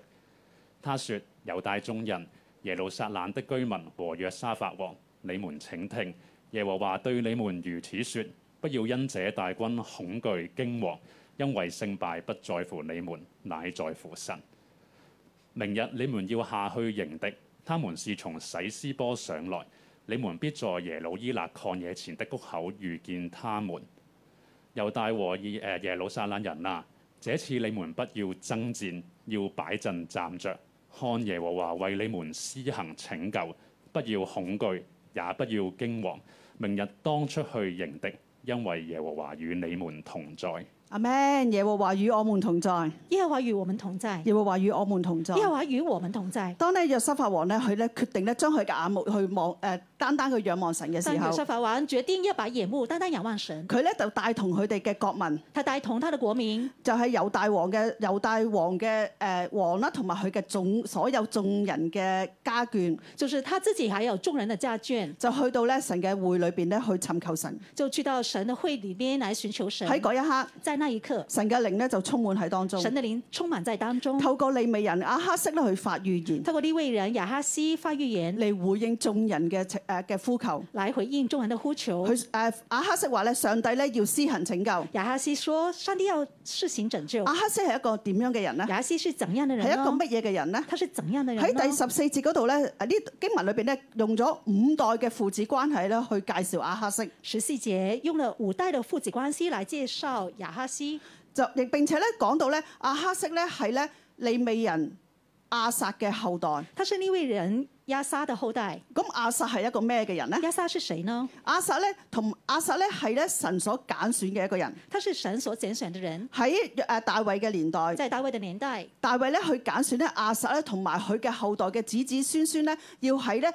Speaker 1: 他說：猶大眾人、耶路撒冷的居民和約沙法王，你們請聽，耶和華對你們如此說：不要因這大軍恐懼驚惶，因為勝敗不在乎你們，乃在乎神。明日你們要下去迎敵，他們是從洗斯波上來，你們必在耶路伊勒曠野前的谷口遇見他們。猶大和以誒、耶路撒冷人啊，這次你們不要爭戰，要擺陣站着，看耶和華為你們施行拯救，不要恐懼，也不要驚惶。明日當出去迎敵，因為耶和華與你們同在。
Speaker 2: 阿 Man，耶和華與我們同在，
Speaker 3: 耶和華與我們同在，
Speaker 2: 耶和華與我們同在。
Speaker 3: 耶和華與我們同在。
Speaker 2: 當咧約沙法王咧，佢咧決定咧將佢嘅眼目去望誒、呃，單單去仰望神嘅時
Speaker 3: 當約
Speaker 2: 候，
Speaker 3: 沙法王決定要把眼目單單仰望神，
Speaker 2: 佢咧就帶同佢哋嘅國民，
Speaker 3: 他帶同他的國民，
Speaker 2: 就係、猶大王嘅猶大王嘅誒、呃王啦，同埋佢嘅眾所有眾人嘅家眷，
Speaker 3: 就是他自己還有眾人的家眷，
Speaker 2: 就去到咧神嘅會裏邊咧去尋求神。
Speaker 3: 就去到神的會裡面來尋求神。
Speaker 2: 喺嗰一刻，
Speaker 3: 在那一刻，
Speaker 2: 神嘅靈咧就充滿喺當中，
Speaker 3: 神的靈充滿在當中，
Speaker 2: 透過利未人阿哈色咧去發預言。
Speaker 3: 透過呢位人亞哈斯發預言
Speaker 2: 嚟回應眾人嘅請誒嘅呼求。
Speaker 3: 來回應眾人的呼求。
Speaker 2: 佢誒阿哈色話咧，上帝咧要施行拯救。
Speaker 3: 亞哈斯說：上帝要施行拯救。
Speaker 2: 阿
Speaker 3: 亞
Speaker 2: 哈色係一個點樣嘅人咧？
Speaker 3: 哈斯是怎樣的人
Speaker 2: 係一個
Speaker 3: 呢？
Speaker 2: 乜嘢嘅人咧？
Speaker 3: 他是怎樣的人
Speaker 2: 喺第
Speaker 3: 呢？
Speaker 2: 十四節嗰度咧，誒呢經文裏邊咧用咗五代嘅父子關係咧去介紹阿哈色，
Speaker 3: 十四節用了五代的父子關係來介紹亞哈斯，
Speaker 2: 就亦並且咧講到咧阿哈色咧係咧利未人亞撒嘅後代。
Speaker 3: 他是利未人亚撒的後代。
Speaker 2: 咁亞撒係一個咩嘅人呢？
Speaker 3: 亚撒是誰呢？
Speaker 2: 亞撒咧同亞撒咧係咧神所揀選嘅一個人。
Speaker 3: 他是神所揀選的人，
Speaker 2: 喺誒大衛嘅年代，
Speaker 3: 在大衛的年代，
Speaker 2: 大衛咧去揀選咧亞撒咧同埋佢嘅後代嘅子子孫孫咧，要喺咧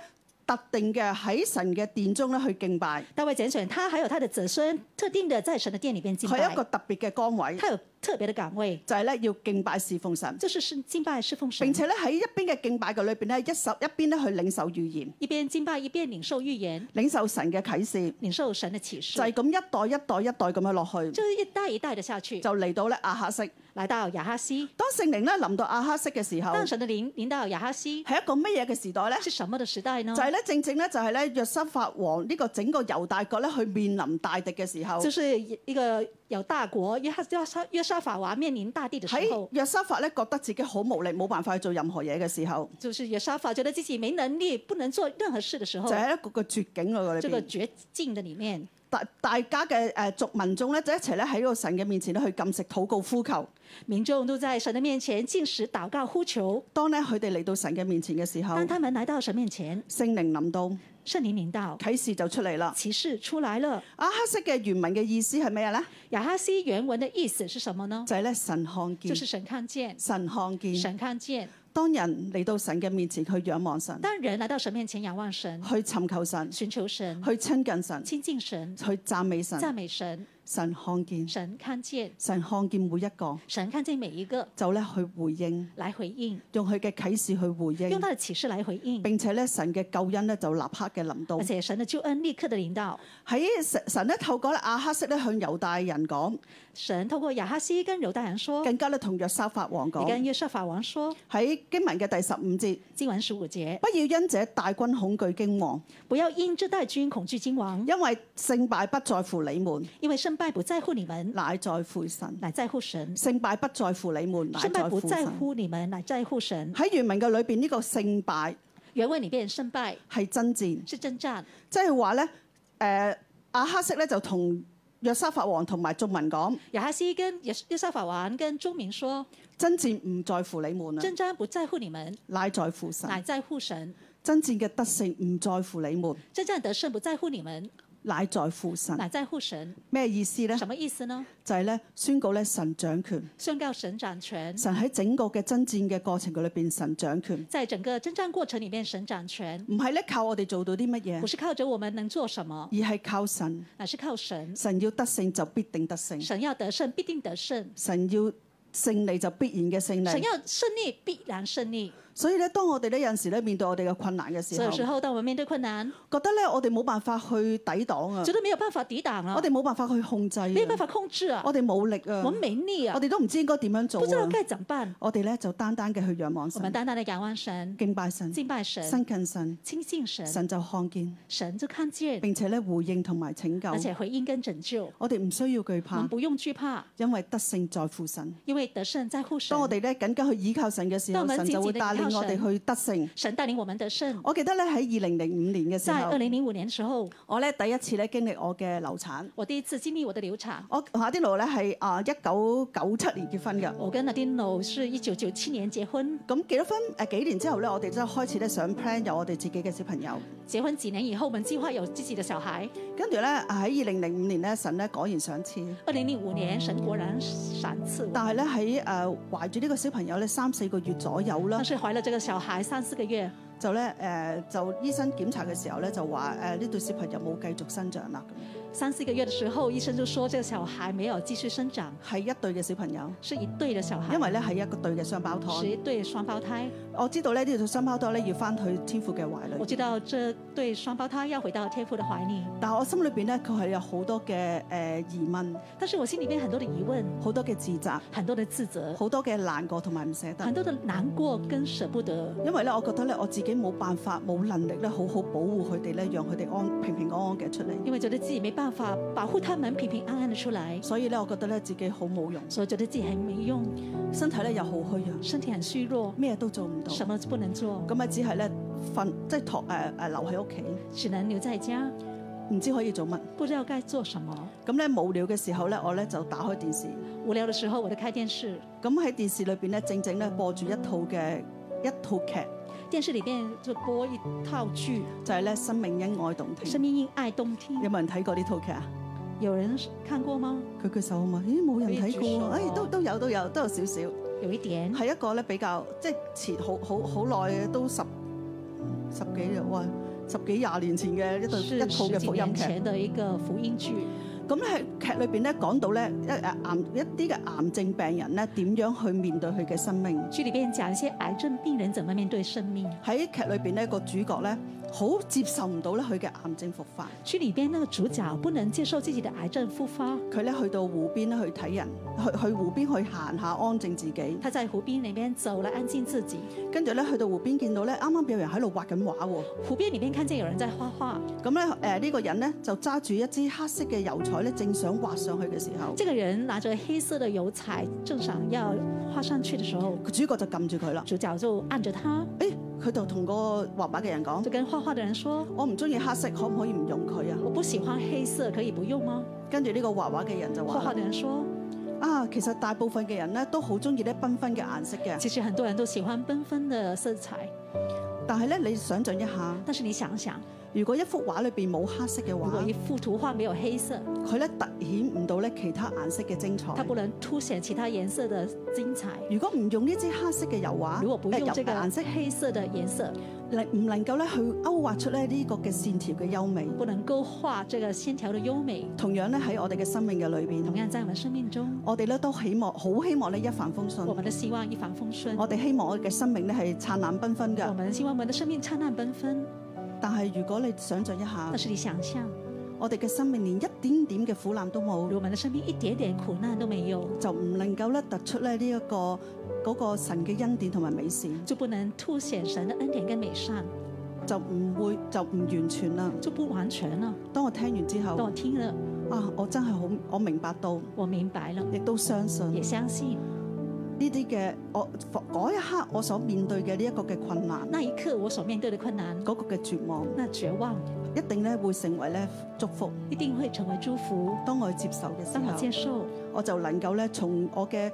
Speaker 2: 特定嘅喺神嘅殿中咧去敬拜。
Speaker 3: 大衛揀選他，還有他的子孫，特定的在神的殿里面敬
Speaker 2: 佢有
Speaker 3: 拜
Speaker 2: 一個。特別嘅崗位，
Speaker 3: 他有特別的崗位，
Speaker 2: 就係咧要敬拜侍奉神。
Speaker 3: 就是是敬拜侍奉神
Speaker 2: 並，且咧喺一邊嘅敬拜嘅裏邊咧，一手一邊咧去領受預言，
Speaker 3: 一邊敬拜一邊領受預言，
Speaker 2: 領受神嘅啟示，
Speaker 3: 領受神的啟示
Speaker 2: 就，係咁一代一代一代咁樣落去，
Speaker 3: 就是一代一代的下去，
Speaker 2: 就嚟到咧亞哈色。
Speaker 3: 來到亞哈西。
Speaker 2: 當聖靈咧臨到亞哈色嘅時候，
Speaker 3: 當神的領領導亞哈西
Speaker 2: 係一個乜嘢嘅時代咧？
Speaker 3: 是什麼的時代呢
Speaker 2: 就？係咧，正正咧就係咧，約沙法王呢個整個猶大國咧，去面臨大敵嘅時候，
Speaker 3: 就是一個有大國約哈約沙約沙法王面臨大地的時
Speaker 2: 喺
Speaker 3: 候，
Speaker 2: 約沙法咧覺得自己好無力，冇辦法去做任何嘢嘅時候，
Speaker 3: 就是約沙法覺得自己沒能力，不能做任何事的時候
Speaker 2: 就，喺一個個絕境嗰裏
Speaker 3: 這個
Speaker 2: 邊，
Speaker 3: 絕境的裡面，
Speaker 2: 大大家嘅誒族民眾咧就一齊咧喺個神嘅面前咧去禁食、禱告、呼求。
Speaker 3: 民眾都在神的面前進食、禱告、呼求。
Speaker 2: 當咧佢哋嚟到神嘅面前嘅時候，
Speaker 3: 當
Speaker 2: 聖
Speaker 3: 他們來到神面前，
Speaker 2: 靈臨到，
Speaker 3: 聖靈領導，
Speaker 2: 啟示就出嚟啦。
Speaker 3: 啟示出來了。
Speaker 2: 阿黑色嘅原文嘅意思係咩咧？
Speaker 3: 雅哈西原文的意思是什麼呢？
Speaker 2: 就係、咧神看見，
Speaker 3: 就是神看見，
Speaker 2: 神看見。
Speaker 3: 神看見。
Speaker 2: 當人嚟到神嘅面前，去仰望神，
Speaker 3: 當人來到神面前仰望神，
Speaker 2: 去尋求神，
Speaker 3: 尋求神，
Speaker 2: 去親近神。
Speaker 3: 親近神，
Speaker 2: 去讚美神，
Speaker 3: 讚美神，
Speaker 2: 神看見，
Speaker 3: 神看見，
Speaker 2: 神看見每一個，
Speaker 3: 神看見每一個，
Speaker 2: 就咧去回應，
Speaker 3: 來回應，
Speaker 2: 用佢嘅啟示去回
Speaker 3: 用
Speaker 2: 應，
Speaker 3: 他的啟示來回應，
Speaker 2: 並且咧神嘅救恩咧就立刻嘅臨到
Speaker 3: 而。且神的救恩立刻的領導。
Speaker 2: 喺神神咧透過咧亞哈色咧向猶大人講，
Speaker 3: 神透過雅哈西跟猶大人說，
Speaker 2: 更加咧同約沙法王
Speaker 3: 你跟
Speaker 2: 講。
Speaker 3: 約瑟法王說，
Speaker 2: 喺經文嘅第十五節，
Speaker 3: 今晚十五節，
Speaker 2: 不要因這大軍恐懼驚惶，
Speaker 3: 不要因這代君恐懼驚惶，
Speaker 2: 因為勝敗不在乎你們，
Speaker 3: 因為勝敗不在乎你們，
Speaker 2: 乃在乎神。
Speaker 3: 乃在乎神；
Speaker 2: 勝敗不在乎你們，乃
Speaker 3: 勝
Speaker 2: 在
Speaker 3: 敗不
Speaker 2: 乎
Speaker 3: 在
Speaker 2: 神。
Speaker 3: 乎你們，乃在乎神。
Speaker 2: 喺原文嘅裏邊，呢、個勝敗
Speaker 3: 原文裡面勝敗
Speaker 2: 係真戰。
Speaker 3: 是征戰。
Speaker 2: 即係話咧，誒、阿哈色咧就同約沙法王同埋眾民講，
Speaker 3: 雅哈西跟耶耶沙法王跟中民说：
Speaker 2: 真戰唔在乎你們啊，
Speaker 3: 征战不在乎你们，
Speaker 2: 乃在乎神。
Speaker 3: 乃在乎神；
Speaker 2: 真戰嘅得勝唔在乎你們，
Speaker 3: 征战得胜不在乎你们，
Speaker 2: 乃在乎神。
Speaker 3: 乃在乎神。
Speaker 2: 咩意思咧？
Speaker 3: 什么意思呢？
Speaker 2: 就係咧宣告咧神掌權，
Speaker 3: 宣告神掌权，
Speaker 2: 神喺整個嘅真戰嘅過程嘅裏邊，神掌權，
Speaker 3: 在整个征战过程里面，神掌权，
Speaker 2: 唔係咧靠我哋做到啲乜嘢，
Speaker 3: 不是靠着我们能做什么，
Speaker 2: 而係靠神。
Speaker 3: 乃是靠神。
Speaker 2: 神要得勝就必定得勝，
Speaker 3: 神要得胜，必定得胜；
Speaker 2: 神要勝利就必然嘅勝
Speaker 3: 神
Speaker 2: 利。
Speaker 3: 要胜利，必然胜利。
Speaker 2: 所以咧，當我哋咧有陣時咧面對我哋嘅困難嘅時
Speaker 3: 所有
Speaker 2: 候
Speaker 3: 时。候，当我们面对困难，
Speaker 2: 覺得咧，我哋冇辦法去抵擋啊
Speaker 3: 觉！得没有办法抵挡啊
Speaker 2: 我，哋冇辦法去控制啊！
Speaker 3: 没有办法控制啊，
Speaker 2: 我哋冇力啊
Speaker 3: 我！们没力啊
Speaker 2: 我，哋都唔知應該點樣做
Speaker 3: 不知道
Speaker 2: 啊！
Speaker 3: 该怎么办。
Speaker 2: 我哋咧就單單嘅去仰望
Speaker 3: 我们
Speaker 2: 神、
Speaker 3: 单单的仰望神，
Speaker 2: 敬拜神、
Speaker 3: 敬拜神，
Speaker 2: 親近神，
Speaker 3: 亲近神，
Speaker 2: 神就看見，
Speaker 3: 神就看见，
Speaker 2: 並且咧回應同埋拯救
Speaker 3: 而。且回应跟拯救。
Speaker 2: 我哋唔需要懼
Speaker 3: 我们
Speaker 2: 怕，
Speaker 3: 不用惧怕，
Speaker 2: 因為得勝在乎神。
Speaker 3: 因為得勝在乎神
Speaker 2: 當。我哋咧緊緊去倚靠神嘅時候，
Speaker 3: 當我們
Speaker 2: 神就會帶領我哋去得勝。
Speaker 3: 神帶領我們得勝。
Speaker 2: 我記得咧喺二零零五年嘅時
Speaker 3: 在二
Speaker 2: 候，
Speaker 3: 零零五年的時候，
Speaker 2: 我咧第一次咧經歷我嘅流產。
Speaker 3: 我第一次經歷我的流產。
Speaker 2: 我同阿啲路咧係啊一九九七年結婚嘅。
Speaker 3: 我跟 Nadino 是一九九七年結婚，
Speaker 2: 咁結咗婚誒幾年之後咧，我哋真係開始咧想 plan 有我哋自己嘅小朋友。
Speaker 3: 結婚幾年以後，我們計劃有自己的小孩。
Speaker 2: 跟住咧喺二零零五年咧，神咧果然賞賜，
Speaker 3: 二零零五年，神果然賞賜我。
Speaker 2: 但係咧喺誒懷住呢個小朋友咧三四個月左右啦
Speaker 3: 但，是懷了這個小孩三四個月，
Speaker 2: 就咧誒、呃就醫生檢查嘅時候咧就話誒呢對小朋友冇繼續生長啦，
Speaker 3: 三四個月的時候，醫生就說這個小孩沒有繼續生長，
Speaker 2: 咁係一對嘅小朋友，
Speaker 3: 是一對的小孩
Speaker 2: 因，為咧係一個對嘅雙胞
Speaker 3: 是
Speaker 2: 胎。
Speaker 3: 一對雙胞胎。
Speaker 2: 我知道咧呢對雙胞胎咧要翻去天父嘅懷
Speaker 3: 我
Speaker 2: 裏，
Speaker 3: 知道這對雙胞胎要回到天父的懷裡，
Speaker 2: 但係我心裏邊咧佢係有好多嘅誒、呃疑問，
Speaker 3: 但是我心裡面很多的疑問，
Speaker 2: 好多嘅自責，
Speaker 3: 很多的自責。
Speaker 2: 好多嘅難過同埋唔捨得
Speaker 3: 很。多的难过跟舍不得，
Speaker 2: 因為咧，我覺得咧，我自己冇辦法、冇能力咧，好好保護佢哋咧，讓佢哋安平平安安嘅出嚟。
Speaker 3: 因为觉得自己没办法保护他们平平安安的出来，
Speaker 2: 所以咧，我覺得咧自己好冇用，
Speaker 3: 所以觉得自己很没用，
Speaker 2: 身體咧又好虛弱，
Speaker 3: 身体很虚弱，
Speaker 2: 咩都做唔到。
Speaker 3: 什么都不能做，
Speaker 2: 咁啊，只係咧瞓，即係托誒誒留喺屋企，
Speaker 3: 只能留在家，
Speaker 2: 唔知可以做乜。
Speaker 3: 不知道该做什么。
Speaker 2: 咁咧無聊嘅時候咧，我咧就打開電視。
Speaker 3: 无聊的时候，我就开电视，
Speaker 2: 咁喺電視裏邊咧，正正咧播住一套嘅一一套劇，
Speaker 3: 电视里面就播一套剧
Speaker 2: 就係咧《生命因愛動
Speaker 3: 《生
Speaker 2: 聽》。
Speaker 3: 命因爱动听
Speaker 2: 有》，冇人睇過呢套劇啊？
Speaker 3: 有人看過嗎？
Speaker 2: 佢舉手啊嘛，咦冇人睇
Speaker 3: 舉手
Speaker 2: 過，誒都都有都有都有少少，
Speaker 3: 有一點，
Speaker 2: 係一個咧比較即係前好好好耐嘅都十十幾年，哇十幾廿年前嘅一套一
Speaker 3: 是
Speaker 2: 套
Speaker 3: 十
Speaker 2: 嘅
Speaker 3: 幾
Speaker 2: 福音
Speaker 3: 年
Speaker 2: 劇。
Speaker 3: 前的一個福音劇。
Speaker 2: 咁咧劇裏邊咧講到咧一誒呃癌一啲嘅癌症病人咧點樣去面對佢嘅生命。
Speaker 3: 劇里面講一些癌症病人怎麼面對生命。
Speaker 2: 喺劇裏邊咧個主角咧好接受唔到咧佢嘅癌症復發，
Speaker 3: 劇里邊那個主角不能接受自己的癌症復發，
Speaker 2: 佢咧去到湖邊去睇人，去去湖邊去行下安靜自己。
Speaker 3: 他在湖邊裏面走了，安靜自己。
Speaker 2: 跟住咧去到湖邊見到咧啱啱有人喺度畫緊畫喎，
Speaker 3: 湖邊裏面看見有人在畫畫，
Speaker 2: 咁咧誒呢個人咧就揸住一支黑色嘅油彩咧，正想畫上去嘅時候，
Speaker 3: 這個人拿着黑色的油彩，正想要畫上去的時候，
Speaker 2: 個主角就撳住佢啦。
Speaker 3: 主角就按着他，
Speaker 2: 誒佢就同個畫畫嘅人講
Speaker 3: 就：跟畫畫的人說
Speaker 2: 我唔中意黑色，可唔可以唔用佢啊：“？
Speaker 3: 我不喜歡黑色，可以不用嗎
Speaker 2: 跟住呢個畫畫嘅人就？”
Speaker 3: 畫
Speaker 2: 話啦
Speaker 3: 畫的人說
Speaker 2: 啊，其實大部分嘅人咧都好中意咧繽紛嘅顏色：“嘅，
Speaker 3: 其實很多人都喜歡繽紛的色彩，
Speaker 2: 但係咧你想像一下，
Speaker 3: 但是你想想，
Speaker 2: 如果一幅畫裏邊冇黑色嘅
Speaker 3: 如果
Speaker 2: 畫
Speaker 3: 一，幅圖畫沒有黑色，
Speaker 2: 佢咧突顯唔到咧其他顏色嘅精彩
Speaker 3: 它。不能凸顯其他顏色的精彩。
Speaker 2: 如果唔用呢支黑色嘅油畫，
Speaker 3: 如果不
Speaker 2: 呃
Speaker 3: 用
Speaker 2: 油
Speaker 3: 這個
Speaker 2: 顏色，
Speaker 3: 黑色的顏色，
Speaker 2: 能唔能夠咧去勾畫出咧呢個嘅線條嘅優美？
Speaker 3: 不能勾畫這個線條的優美。
Speaker 2: 同樣咧喺我哋嘅生命嘅裏邊
Speaker 3: 同，樣在我們生命中，
Speaker 2: 我哋咧都希望好希望咧一帆風
Speaker 3: 我
Speaker 2: 順。
Speaker 3: 們的希望一帆風順，
Speaker 2: 我哋希望我哋嘅生命咧係燦爛繽紛
Speaker 3: 我
Speaker 2: 嘅。
Speaker 3: 們希望我們的生命燦爛繽紛。
Speaker 2: 但係如果你想像一下
Speaker 3: 但，是你想象，
Speaker 2: 我哋嘅生命連一點點嘅苦難都冇
Speaker 3: 如。果我們的生命一點點苦難都沒有，
Speaker 2: 就唔能夠咧突出咧呢一個嗰個神嘅恩典同埋美善，
Speaker 3: 就不能凸顯神的恩典跟美善，
Speaker 2: 就唔會就唔完全啦。
Speaker 3: 就不完全了。
Speaker 2: 當我聽完之後
Speaker 3: 但，我聽了，
Speaker 2: 啊，我真係好，我明白到，
Speaker 3: 我明白了，
Speaker 2: 亦都相信
Speaker 3: 也
Speaker 2: 呢
Speaker 3: 相信
Speaker 2: 啲嘅我嗰一刻我所面對嘅呢一個嘅困難，
Speaker 3: 那一刻我所面對的困難，
Speaker 2: 嗰、個嘅絕望，
Speaker 3: 那絕望
Speaker 2: 一定咧會成為咧祝福。
Speaker 3: 一定會成為祝福。
Speaker 2: 當我接受嘅時
Speaker 3: 當我接
Speaker 2: 候，
Speaker 3: 受，
Speaker 2: 我就能夠咧從我嘅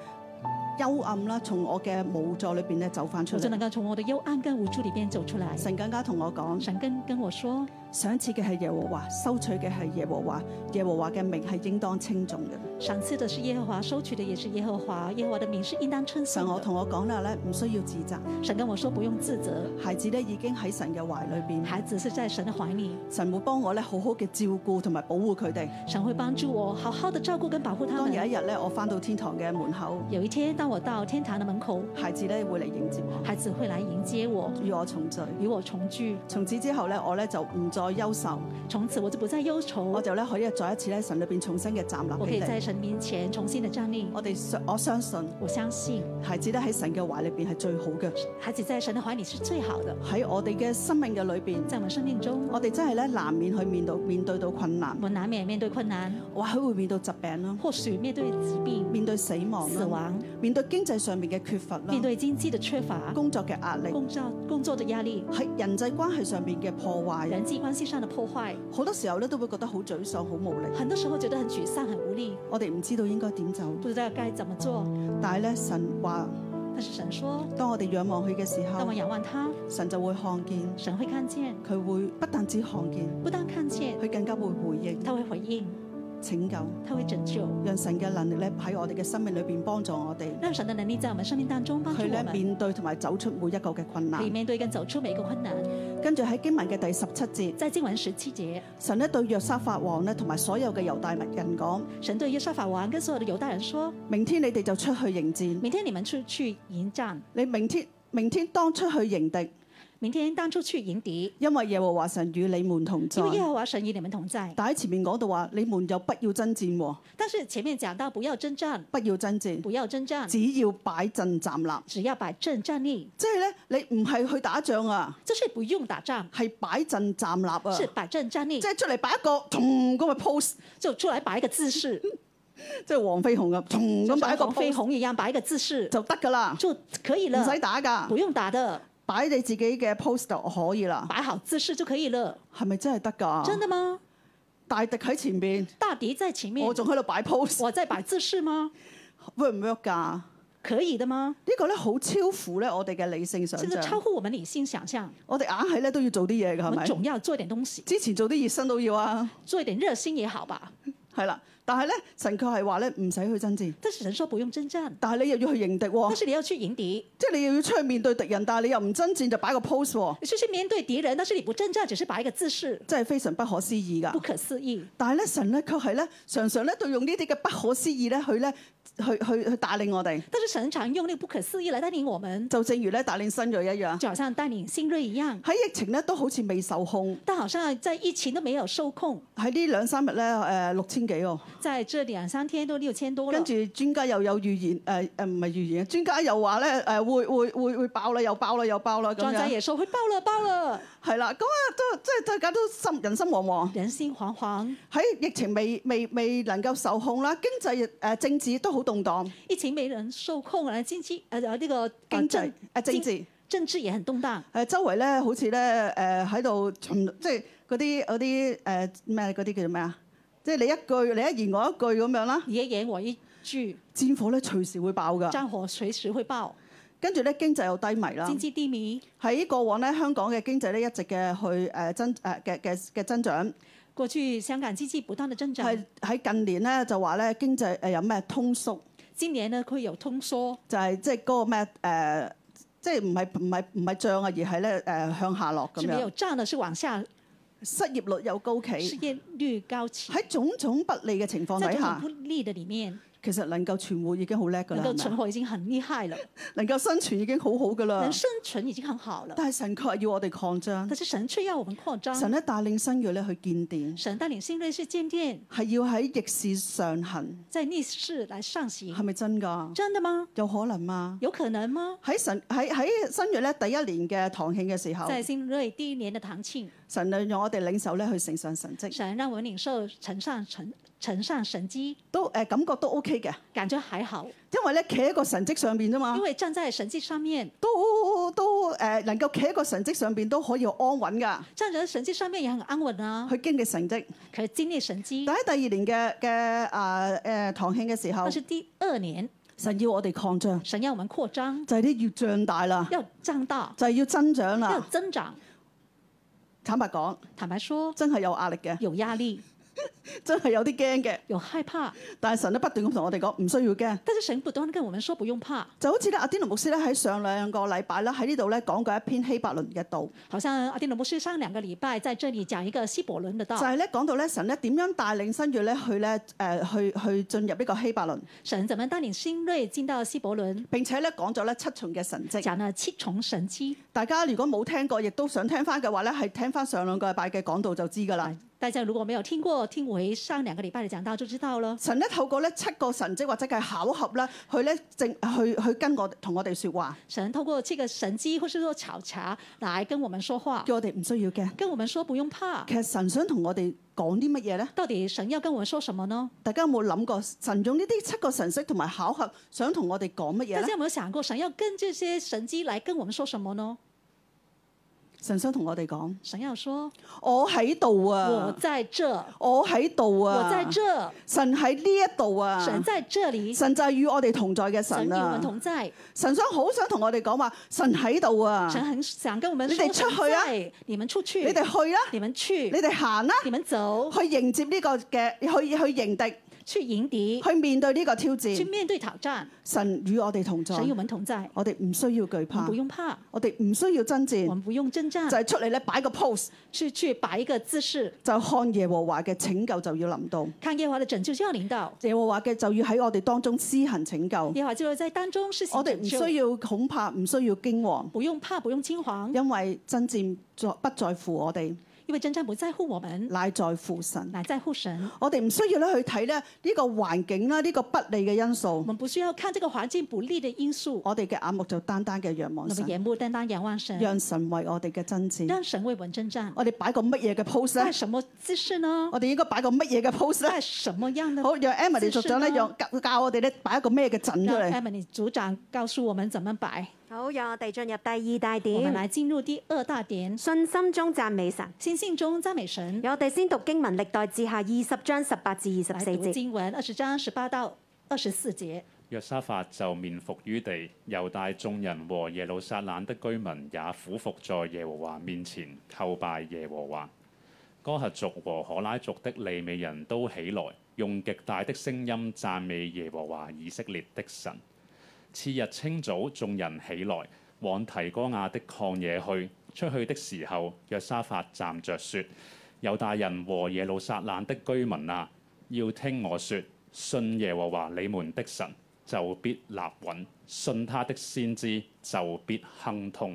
Speaker 2: 幽暗啦，從我嘅無助裏邊咧走翻出
Speaker 3: 我就
Speaker 2: 嚟
Speaker 3: 能。夠從我的幽暗跟無助裏邊走出來。
Speaker 2: 神更加同我講。
Speaker 3: 神跟跟我說，
Speaker 2: 賞賜嘅係耶和華，收取嘅係耶和華，耶和華嘅名係應當稱重嘅。
Speaker 3: 賞賜的是耶和華，收取的也是耶和華，耶和華的名是應當稱頌
Speaker 2: 神我
Speaker 3: 的。
Speaker 2: 同我講啦咧，唔需要自責，
Speaker 3: 哦神跟我說不用自責，
Speaker 2: 孩子咧已經喺神嘅懷裏邊，
Speaker 3: 孩子是在神的懷裡，
Speaker 2: 神會幫我咧好好嘅照顧同埋保護佢哋。
Speaker 3: 神會幫助我，好好的照顧跟保護他
Speaker 2: 當有
Speaker 3: 們。
Speaker 2: 一日咧，我翻到天堂嘅門口，
Speaker 3: 有一天，當我到天堂的門口，
Speaker 2: 孩子咧會嚟迎接我，
Speaker 3: 孩子會來迎接我，
Speaker 2: 與我重聚。
Speaker 3: 與我重聚。
Speaker 2: 從此之後咧，我咧就唔再憂愁，
Speaker 3: 從此我就不再憂
Speaker 2: 我
Speaker 3: 愁，
Speaker 2: 就咧可以再一次咧神裏邊重新嘅站立
Speaker 3: 我可
Speaker 2: 起
Speaker 3: 以在
Speaker 2: 嚟。
Speaker 3: 神面前重新的站立。
Speaker 2: 我哋相我相信，
Speaker 3: 我相信
Speaker 2: 孩子咧喺神嘅懷裏邊係最好嘅。
Speaker 3: 孩子在神的懷裡是最好的。
Speaker 2: 喺我哋嘅生命嘅裏邊，
Speaker 3: 在我們生命中，
Speaker 2: 我哋真係咧難免去面對面對到困難
Speaker 3: 我。們難免面對困難，
Speaker 2: 或許會面對疾病啦，
Speaker 3: 或許面對疾病、
Speaker 2: 面對死亡
Speaker 3: 死
Speaker 2: 啦，
Speaker 3: 亡，
Speaker 2: 面對經濟上面嘅缺乏
Speaker 3: 面
Speaker 2: 啦，
Speaker 3: 對經濟的缺乏、
Speaker 2: 工作嘅壓力，
Speaker 3: 工作工作的壓力、
Speaker 2: 喺人際關係上面嘅破壞，
Speaker 3: 人際關係上的破壞，
Speaker 2: 好多時候咧都會覺得好沮喪、好無力。
Speaker 3: 很多時候覺得很沮喪、很無力，
Speaker 2: 我哋唔知道應該點走，
Speaker 3: 不知道該怎麼做。
Speaker 2: 但係咧神話，
Speaker 3: 但是神說，
Speaker 2: 當我哋仰望佢嘅時
Speaker 3: 當
Speaker 2: 候
Speaker 3: 我，仰望他，
Speaker 2: 神就會看見，
Speaker 3: 神會看見，
Speaker 2: 佢會不但止看見，
Speaker 3: 不但看見，
Speaker 2: 佢更加會回應、
Speaker 3: 他會回應，
Speaker 2: 拯救，
Speaker 3: 他會拯救，
Speaker 2: 讓神嘅能力咧喺我哋嘅生命裏邊幫助我哋，
Speaker 3: 讓神的能力在我們生命當中幫助
Speaker 2: 佢
Speaker 3: 我
Speaker 2: 咧
Speaker 3: 們，
Speaker 2: 面對同埋走出每一個嘅困
Speaker 3: 可以
Speaker 2: 難。
Speaker 3: 面對跟走出每一個困難。
Speaker 2: 跟住喺經文嘅第十七節。
Speaker 3: 在經文十七節，
Speaker 2: 神咧對約沙法王咧同埋所有嘅猶大人講：
Speaker 3: 神對約沙法王跟所有的猶大人說：
Speaker 2: 明天你哋就出去迎戰，
Speaker 3: 明天你們出去迎戰，
Speaker 2: 你明天明天當出去迎敵，
Speaker 3: 明天當初去迎敵，
Speaker 2: 因為耶和華神與你們同在
Speaker 3: 因。為耶和華神與你們同在。
Speaker 2: 但喺前面講到話，你們又不要爭戰喎，
Speaker 3: 但是前面講到不要征戰，
Speaker 2: 不要爭戰，
Speaker 3: 不要征戰，
Speaker 2: 只要擺陣站立。
Speaker 3: 只要擺正站立，
Speaker 2: 即係咧，你唔係去打仗啊，
Speaker 3: 就是不用打仗，
Speaker 2: 係擺陣站立啊，
Speaker 3: 是擺正站立
Speaker 2: 即，係出嚟擺一個同咁嘅 pose，
Speaker 3: 就出來擺一個姿勢，
Speaker 2: 即係黃飛鴻咁同
Speaker 3: 就
Speaker 2: 咁擺
Speaker 3: 像
Speaker 2: 嗯一個
Speaker 3: 黃飛
Speaker 2: pose
Speaker 3: 鴻一樣擺一個姿勢
Speaker 2: 就得㗎啦，
Speaker 3: 就可以
Speaker 2: 唔
Speaker 3: 了，
Speaker 2: 使打㗎，
Speaker 3: 不用打的，
Speaker 2: 擺你自己嘅 pose 就可以啦。
Speaker 3: 擺好姿勢就可以了。
Speaker 2: 係咪真係得
Speaker 3: 真
Speaker 2: 㗎？
Speaker 3: 的嗎？
Speaker 2: 大敵喺前面。
Speaker 3: 大敵在前面
Speaker 2: 我，仲喺度擺 pose，
Speaker 3: 我在擺姿勢嗎？
Speaker 2: work 唔 work 㗎？
Speaker 3: 可以的吗？
Speaker 2: 呢個咧好超乎咧我哋嘅理性想
Speaker 3: 这个超
Speaker 2: 像，
Speaker 3: 乎我们理性想象，
Speaker 2: 我哋硬係咧都要做啲嘢㗎，
Speaker 3: 我
Speaker 2: 係
Speaker 3: 们
Speaker 2: 咪？
Speaker 3: 总要做点东西，
Speaker 2: 之前做啲熱身都要 啊，
Speaker 3: 做一点热心也好吧。
Speaker 2: 係啦。但係咧，神卻係話咧唔使去爭戰，
Speaker 3: 但是神说不用征战，
Speaker 2: 但係你又要去迎敵喎、
Speaker 3: 但是你要去迎敌，
Speaker 2: 即係你又要出去面對敵人，但係你又唔爭戰就擺個 pose 喎、
Speaker 3: 你是去面对敌人，但是你不征战，只是摆一个姿势，
Speaker 2: 真係非常不可思議
Speaker 3: 不
Speaker 2: 㗎。
Speaker 3: 可思议。
Speaker 2: 但係咧，神咧卻係咧常常咧對用呢啲嘅不可思議咧去咧去去去帶領我哋，
Speaker 3: 但是神常用那个不可思议来带领我们，
Speaker 2: 就正如咧帶領新锐一樣。
Speaker 3: 就好像带领新锐一样，
Speaker 2: 喺疫情咧都好似未受控，
Speaker 3: 但好像在疫情都没有受控，
Speaker 2: 喺呢兩三日咧誒六千幾喎。
Speaker 3: 在这两三天都六千多了
Speaker 2: 跟。住專家又有預言，誒誒唔係預言，啊專家又話咧誒會會會會爆啦，又爆啦，又爆啦咁
Speaker 3: 庄家
Speaker 2: 樣，
Speaker 3: 也说会爆了，爆了，
Speaker 2: 係啦，咁啊都即係都搞到心人心惶惶。
Speaker 3: 人心惶惶，
Speaker 2: 喺疫情未未未能夠受控啦，經濟誒、呃政治都好動盪，
Speaker 3: 疫情沒人受控啊，经济呃呃那个呃
Speaker 2: 經濟誒
Speaker 3: 政、
Speaker 2: 呃政
Speaker 3: 經
Speaker 2: 治誒、
Speaker 3: 政治也很動盪，
Speaker 2: 呃周圍咧好似咧誒喺度尋即係嗰啲嗰啲誒咩嗰啲叫做咩啊？即係你一句你一言我一句咁樣啦，
Speaker 3: 你一言我一句，
Speaker 2: 戰火咧隨時會爆㗎，
Speaker 3: 戰火隨時會爆，
Speaker 2: 跟住咧經濟又低迷啦
Speaker 3: 經。濟低迷。
Speaker 2: 喺過往咧，香港嘅經濟咧一直嘅去誒增誒嘅嘅嘅增長，
Speaker 3: 過去香港經濟不斷的增長，
Speaker 2: 係喺近年咧就話咧經濟誒有咩通縮，
Speaker 3: 今年呢會有通縮，
Speaker 2: 就係即係嗰個咩誒，即係唔係唔係唔係漲啊，而係咧誒向下落咁
Speaker 3: 是沒有
Speaker 2: 樣，
Speaker 3: 漲的，是往下，
Speaker 2: 失業率又高
Speaker 3: 失
Speaker 2: 企，
Speaker 3: 業率高企，
Speaker 2: 喺種種不利嘅情況
Speaker 3: 在
Speaker 2: 底
Speaker 3: 種種
Speaker 2: 下
Speaker 3: 不，利的裡面，
Speaker 2: 其實能夠存活已經好叻㗎啦，
Speaker 3: 能夠
Speaker 2: 係咪
Speaker 3: 存活已經很厲害了，
Speaker 2: 能夠生存已經好好㗎啦
Speaker 3: 能，生存已經很好了。
Speaker 2: 嗯但係神卻係要我哋擴張
Speaker 3: 可，是神卻要我們擴張，
Speaker 2: 神咧帶領新锐咧去建殿，
Speaker 3: 神帶領新锐是漸漸
Speaker 2: 係要喺逆市上行，
Speaker 3: 在逆勢來上行
Speaker 2: 係，咪真㗎？
Speaker 3: 真的嗎？
Speaker 2: 有可能嗎？
Speaker 3: 有可能嗎？
Speaker 2: 喺神喺喺新月咧第一年嘅堂慶嘅時候，
Speaker 3: 在新锐第一年的堂慶，
Speaker 2: 神就讓我哋領袖咧去承上神蹟，
Speaker 3: 神讓我們領受呈上呈呈上神蹟，
Speaker 2: 都誒、呃感覺都 OK 嘅，
Speaker 3: 感覺還好，
Speaker 2: 因為咧企喺個神蹟上邊啫嘛
Speaker 3: 因，為站在神蹟上面，
Speaker 2: 都都誒、呃能夠企喺個神蹟上邊都可以好安穩噶，
Speaker 3: 站在神蹟上面也很安穩啊。
Speaker 2: 去經歷神蹟。
Speaker 3: 可是經歷神蹟，
Speaker 2: 但喺第二年嘅嘅啊誒堂慶嘅時候
Speaker 3: 那，是第二年，
Speaker 2: 神要我哋擴張，
Speaker 3: 神要我們擴張，
Speaker 2: 就係、啲要長大啦，
Speaker 3: 要長大，
Speaker 2: 就係、要增長
Speaker 3: 要
Speaker 2: 啦。
Speaker 3: 增長。
Speaker 2: 坦白講，
Speaker 3: 坦白說，
Speaker 2: 真係有壓力嘅，
Speaker 3: 有壓力，
Speaker 2: 真係有啲驚嘅。
Speaker 3: 有害怕，
Speaker 2: 但係神咧不斷咁同我哋講，唔需要驚。
Speaker 3: 但是神不斷地跟我們說不用怕。
Speaker 2: 就好似咧，阿天奴牧師咧喺上兩個禮拜啦，喺呢度咧講過一篇希伯倫嘅道，
Speaker 3: 好像阿丁羅牧師上兩個禮拜在這裡講一個希伯倫
Speaker 2: 就
Speaker 3: 的道，
Speaker 2: 係咧講到咧神咧點樣帶領新月咧去咧誒、呃去去進入呢個希伯倫，
Speaker 3: 神怎麼帶領新锐進到希伯倫，
Speaker 2: 並且咧講咗咧七重嘅神跡。
Speaker 3: 講了七重神蹟。
Speaker 2: 大家如果冇聽過，亦都想聽翻嘅話咧，係聽翻上兩個禮拜嘅講道就知㗎啦
Speaker 3: 啊。大家如果沒有聽過，聽回上兩個禮拜的講道就知道了。
Speaker 2: 神咧透過咧七個神跡或者係巧合咧，去咧正去去跟我同我哋説話，
Speaker 3: 神透過這個神蹟或是說巧查來跟我們說話，
Speaker 2: 叫我哋唔需要驚。
Speaker 3: 跟我們說不用怕。
Speaker 2: 其實神想同我哋講啲乜嘢咧？
Speaker 3: 到底神要跟我們說什麼呢？
Speaker 2: 大家有冇諗過神用呢啲七個神跡同埋巧合想同我哋講乜嘢
Speaker 3: 大
Speaker 2: 咧
Speaker 3: 家？有沒有想過，神要跟這些神蹟來跟我們說什麼呢？
Speaker 2: 神想同我哋講。
Speaker 3: 神要說：
Speaker 2: 我喺度
Speaker 3: 我
Speaker 2: 啊！
Speaker 3: 在這，
Speaker 2: 我喺度啊！
Speaker 3: 我在這，
Speaker 2: 神喺呢一度啊！
Speaker 3: 神在這裡，
Speaker 2: 神就係與我哋同在嘅
Speaker 3: 神
Speaker 2: 神
Speaker 3: 與我們
Speaker 2: 啊！
Speaker 3: 同在。
Speaker 2: 神想好想同我哋講話，神喺度啊！
Speaker 3: 神很想跟我們
Speaker 2: 你
Speaker 3: 說：
Speaker 2: 哋出去啊
Speaker 3: 神在你們出去，
Speaker 2: 你哋去啦、
Speaker 3: 你們去
Speaker 2: 你，哋行啦、
Speaker 3: 你們走，
Speaker 2: 去迎接呢個嘅，去去迎敵，
Speaker 3: 去迎敵，
Speaker 2: 去面對呢個挑
Speaker 3: 去
Speaker 2: 戰。
Speaker 3: 面對挑戰。
Speaker 2: 神與我哋同在
Speaker 3: 神與，我們同在，
Speaker 2: 我哋唔需要懼
Speaker 3: 我們
Speaker 2: 怕
Speaker 3: 不，用怕。
Speaker 2: 我哋唔需要爭
Speaker 3: 我
Speaker 2: 戰，
Speaker 3: 们不用征战
Speaker 2: 就，係出嚟咧擺個 pose，
Speaker 3: 去去摆一个姿势，
Speaker 2: 就看耶和華嘅拯救就要臨到，
Speaker 3: 看耶和华的拯救就要领导，
Speaker 2: 耶和華嘅就要喺我哋當中施行拯救。
Speaker 3: 耶和华就要在当中施行
Speaker 2: 我哋
Speaker 3: 拯
Speaker 2: 唔
Speaker 3: 救，
Speaker 2: 需要恐怕，唔需要驚惶。
Speaker 3: 不用怕，不用惊惶，
Speaker 2: 因為真戰在不在乎我哋，
Speaker 3: 因为征战不在乎我们，
Speaker 2: 乃在乎神。
Speaker 3: 乃在乎神。
Speaker 2: 我哋唔需要咧去睇咧呢個環境啦，呢、個不利嘅因
Speaker 3: 我
Speaker 2: 素，
Speaker 3: 们不需要看这个环境不利的因素，
Speaker 2: 我哋嘅眼目就單單嘅仰望
Speaker 3: 我们
Speaker 2: 神，
Speaker 3: 眼目单单哦仰望神，
Speaker 2: 讓神為我哋嘅真戰。
Speaker 3: 让神为我们征战。
Speaker 2: 我哋擺個乜嘢嘅 pose
Speaker 3: 在
Speaker 2: 咧？
Speaker 3: 什么姿势呢？
Speaker 2: 我哋應該擺個乜嘢嘅 pose
Speaker 3: 在哦
Speaker 2: 咧？
Speaker 3: 什么样的？
Speaker 2: 好，讓 Emily 族長咧，
Speaker 3: 姿勢
Speaker 2: 讓教教我哋咧擺一個咩嘅陣出嚟。
Speaker 3: 让 Emily 组长告诉我们怎么摆。
Speaker 4: 好，讓我哋進入第二大
Speaker 3: 我们
Speaker 4: 點，
Speaker 3: 来进入第二大点，
Speaker 4: 信心中讚美神。
Speaker 3: 信心中赞美神。
Speaker 4: 我哋先讀經文歷代志下二十章十八至二十
Speaker 3: 来
Speaker 4: 四
Speaker 3: 读
Speaker 4: 節。
Speaker 3: 经文二十章十八到二十四节。
Speaker 1: 約沙法就面伏於地，猶大眾人和耶路撒冷的居民也俯伏在耶和華面前叩拜耶和華。哥轄族和可拉族的利美人都起來，用極大的聲音讚美耶和華以色列的神。次日清早，眾人起來，往提哥亞的曠野去。出去的時候，約沙法站着說：猶大人和耶路撒冷的居民啊，要聽我說，信耶和華你們的神，就必立穩；信他的先知，就必亨通。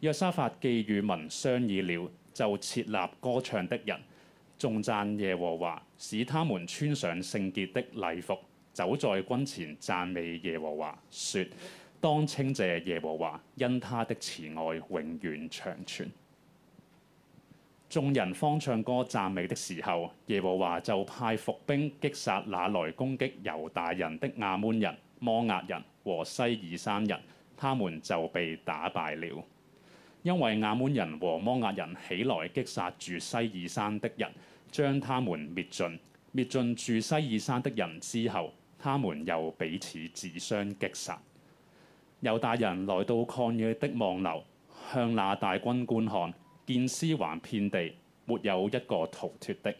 Speaker 1: 約沙法既與民商議了，就設立歌唱的人，頌讚耶和華，使他們穿上聖潔的禮服，走在軍前讚美耶和華，說：當稱謝耶和華，因他的慈愛永遠長存。眾人方唱歌讚美的時候，耶和華就派伏兵擊殺那來攻擊猶大人的亞捫人、摩押人和西珥山人，他們就被打敗了。因為亞捫人和摩押人起來擊殺住西珥山的人，將他們滅盡。滅盡住西珥山的人之後，他們又彼此自相擊殺。猶大人來到曠野的望樓，向那大軍觀看，見屍橫遍地，沒有一個逃脱的。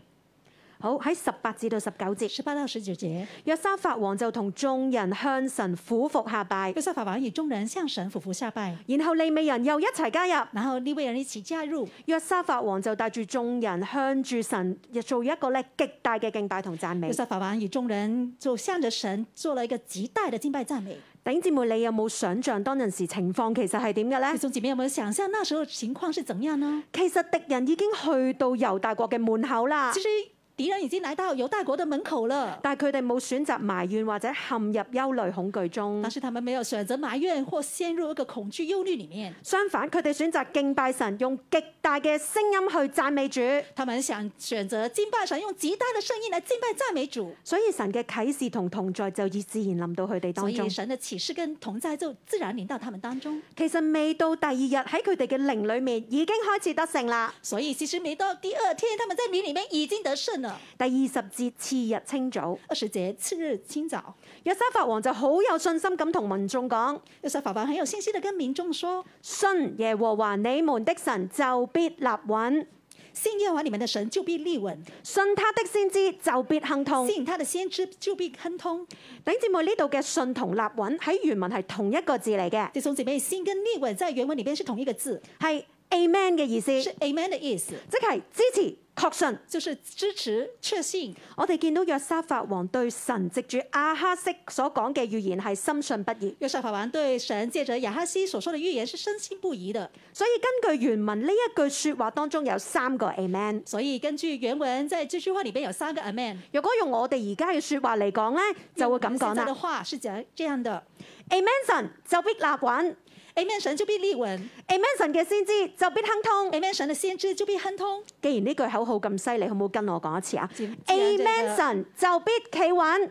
Speaker 4: 好喺十八至到十九節，
Speaker 3: 十八到十九节，
Speaker 4: 約沙法王就同眾人向神俯伏下拜
Speaker 3: 约，沙法王与众人向神俯伏下拜，
Speaker 4: 然後利未人又一齊加入。
Speaker 3: 然后呢位人一起加入。
Speaker 4: 約沙法王就帶住眾人向住神做一個咧極大嘅敬拜同讚美
Speaker 3: 约。沙法王与众人就向着神做了一个极大的敬拜赞美。
Speaker 4: 頂姊妹，你有冇想像當陣時情況其實係點嘅
Speaker 3: 弟
Speaker 4: 呢？
Speaker 3: 兄姐妹有冇想象那时候情况是怎样呢？
Speaker 4: 其實敵人已經去到猶大國嘅門口啦
Speaker 3: 其，实敌人已经来到犹大国的门口了，
Speaker 4: 但係佢哋冇選擇埋怨或者陷入憂慮恐懼中
Speaker 3: 但。是他们没有选择埋怨或陷入一个恐惧忧虑里面，
Speaker 4: 相反，佢哋選擇敬拜神，用極大嘅聲音去讚美主。
Speaker 3: 他们想选择敬拜神，用极大的声音来敬拜赞美主。
Speaker 4: 所以神嘅啟示同同在就以自然臨到佢哋
Speaker 3: 所
Speaker 4: 當中
Speaker 3: 以。神的启示跟同在就自然临到他们当中。
Speaker 4: 其實未到第二日喺佢哋嘅靈裏面已經開始得勝啦。
Speaker 3: 所以其实没到第二天，他们在灵里面已经得胜了。
Speaker 4: 第二十節次日清早，
Speaker 3: 二十节次日清早，
Speaker 4: 約沙法王就好有信心咁同民眾講：
Speaker 3: 约瑟法王很有信心的跟民众说
Speaker 4: 信耶和華你們的神就必立穩，：“
Speaker 3: 信耶和华你们的神就必立稳，
Speaker 4: 信他的先知就必亨通。
Speaker 3: 信他的先知就必亨通。
Speaker 4: 頂姊妹呢度嘅信同立穩喺原文係同一個字嚟嘅”，
Speaker 3: 弟兄姐妹，信跟立稳在原文里边是同一个字，
Speaker 4: 係 Amen 嘅意思，
Speaker 3: 是 Amen 的意思，
Speaker 4: 即係支持確信。
Speaker 3: 就是支持、确信。
Speaker 4: 我哋見到約沙法王對神藉住阿哈色所講嘅預言係深信不疑，
Speaker 3: 约瑟法王对神借着亚哈西所说的预言是深信不疑的，
Speaker 4: 所以根據原文呢一句説話當中有三個 Amen。
Speaker 3: 所以根据原文，在这句话里边有三个 Amen。
Speaker 4: 如果用我哋而家嘅説話嚟講呢，就會咁
Speaker 3: 现
Speaker 4: 講
Speaker 3: 在的
Speaker 4: 啦。
Speaker 3: 话是讲这样的
Speaker 4: Amen 神就必立穩
Speaker 3: ：Amen 神就必立稳
Speaker 4: ，Amen 神嘅先知就必亨通。
Speaker 3: ，Amen 神的先知就必亨通。
Speaker 4: 既然呢句口號咁犀利，好唔好跟我講一次啊
Speaker 3: 知唔知啊
Speaker 4: ？Amen 神就必企穩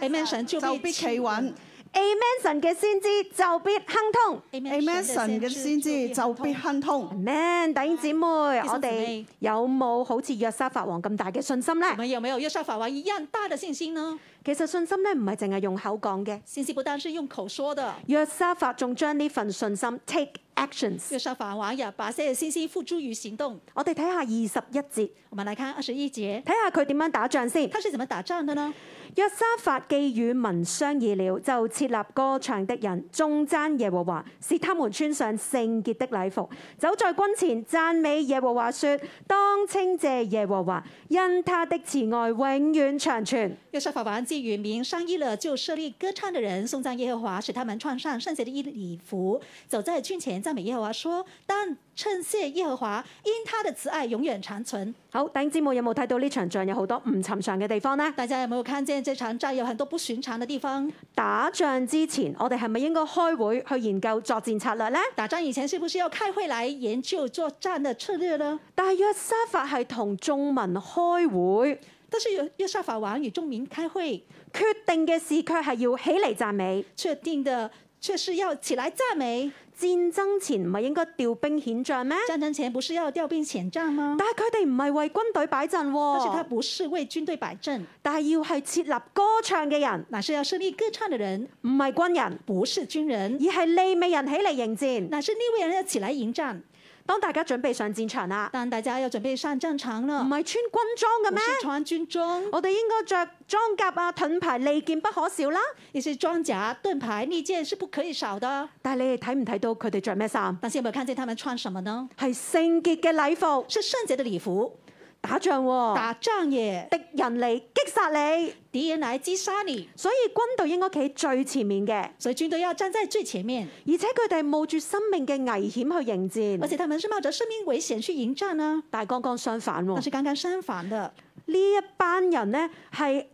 Speaker 3: Amen 神就
Speaker 2: 就必
Speaker 3: 必
Speaker 2: 企穩。
Speaker 4: ，Amen 神嘅先知就必亨通。
Speaker 2: Amen 神嘅先知就必亨
Speaker 3: 亨
Speaker 2: 通。
Speaker 4: Man，弟兄姊妹，
Speaker 3: 兄
Speaker 4: 我
Speaker 3: 姊
Speaker 4: 哋
Speaker 3: 妹
Speaker 4: 有冇好似約沙法王咁大嘅信心呢
Speaker 3: 我？们有没有约瑟法王一样大的信心呢？
Speaker 4: 其實信心咧唔係淨係用口講嘅，
Speaker 3: 信心不单是用口说的，
Speaker 4: 約沙法仲將呢份信心 take
Speaker 3: 约
Speaker 4: actions。
Speaker 3: 瑟法王也把这些信心付诸于行动。
Speaker 4: 我哋睇下二十一節，
Speaker 3: 我们来看二十一节，
Speaker 4: 睇下佢點樣打仗先。
Speaker 3: 他是怎么打仗的呢？
Speaker 4: 約沙法既與民商議了，就設立歌唱的人，頌讚耶和華，使他們穿上聖潔的禮服，走在軍前讚美耶和華，說：當稱謝耶和華，因他的慈愛永遠長存。
Speaker 3: 约瑟法王既与民商议了，就设立歌唱的人送赞耶和华，使他们穿上圣洁的衣礼服，走在军前赞美耶和华，说：但称谢耶和华，因他的慈爱永远长存。
Speaker 4: 好，弟兄姊妹有冇睇到呢場仗有好多唔尋常嘅地方呢？
Speaker 3: 大家有没有看见这场仗有很多不寻常的地方？
Speaker 4: 打仗之前，我哋係咪應該開會去研究作戰策略呢？
Speaker 3: 打仗以前是不是要开会来研究作战的策略呢？
Speaker 4: 但係約沙法係同眾民開會，
Speaker 3: 但是约约瑟法王与众民开会，
Speaker 4: 決定嘅事卻係要起嚟讚美。
Speaker 3: 确定的却是要起来赞美。
Speaker 4: 戰爭前唔係應該調兵遣將咩？
Speaker 3: 战争前不是要调兵遣将吗？
Speaker 4: 但係佢哋唔係為軍隊擺陣
Speaker 3: 但是他
Speaker 4: 喎，
Speaker 3: 不是为军队摆阵，
Speaker 4: 但係要係設立歌唱嘅人，
Speaker 3: 乃是要设立歌唱的人，
Speaker 4: 唔係軍人，
Speaker 3: 不是军人，
Speaker 4: 而係利美人起嚟迎戰。
Speaker 3: 乃是利未人要起来迎战。
Speaker 4: 當大家準備上戰場啦，
Speaker 3: 当大家要准备上战场
Speaker 4: 唔
Speaker 3: 了，
Speaker 4: 係穿軍裝嘅
Speaker 3: 不
Speaker 4: 咩？
Speaker 3: 是穿军装，
Speaker 4: 我哋應該着裝甲啊、盾牌、利劍不可少啦。
Speaker 3: 也是装甲、盾牌、利剑是不可以少的。
Speaker 4: 但係你哋睇唔睇到佢哋着咩衫？
Speaker 3: 但是有没有看见他们穿什么呢？
Speaker 4: 係聖潔嘅禮服，
Speaker 3: 是圣洁的礼服，
Speaker 4: 打仗喎、
Speaker 3: 打仗耶，
Speaker 4: 敵人嚟擊殺你，
Speaker 3: 敌人来击杀你，
Speaker 4: 所以軍隊應該企喺最前面嘅，
Speaker 3: 所以军队要站在最前面，
Speaker 4: 而且佢哋冒住生命嘅危險去迎
Speaker 3: 而
Speaker 4: 戰。
Speaker 3: 且他们是冒着生命危险去迎战呢、
Speaker 4: 但係剛剛相反喎、
Speaker 3: 但是刚刚相反的，
Speaker 4: 呢一班人呢係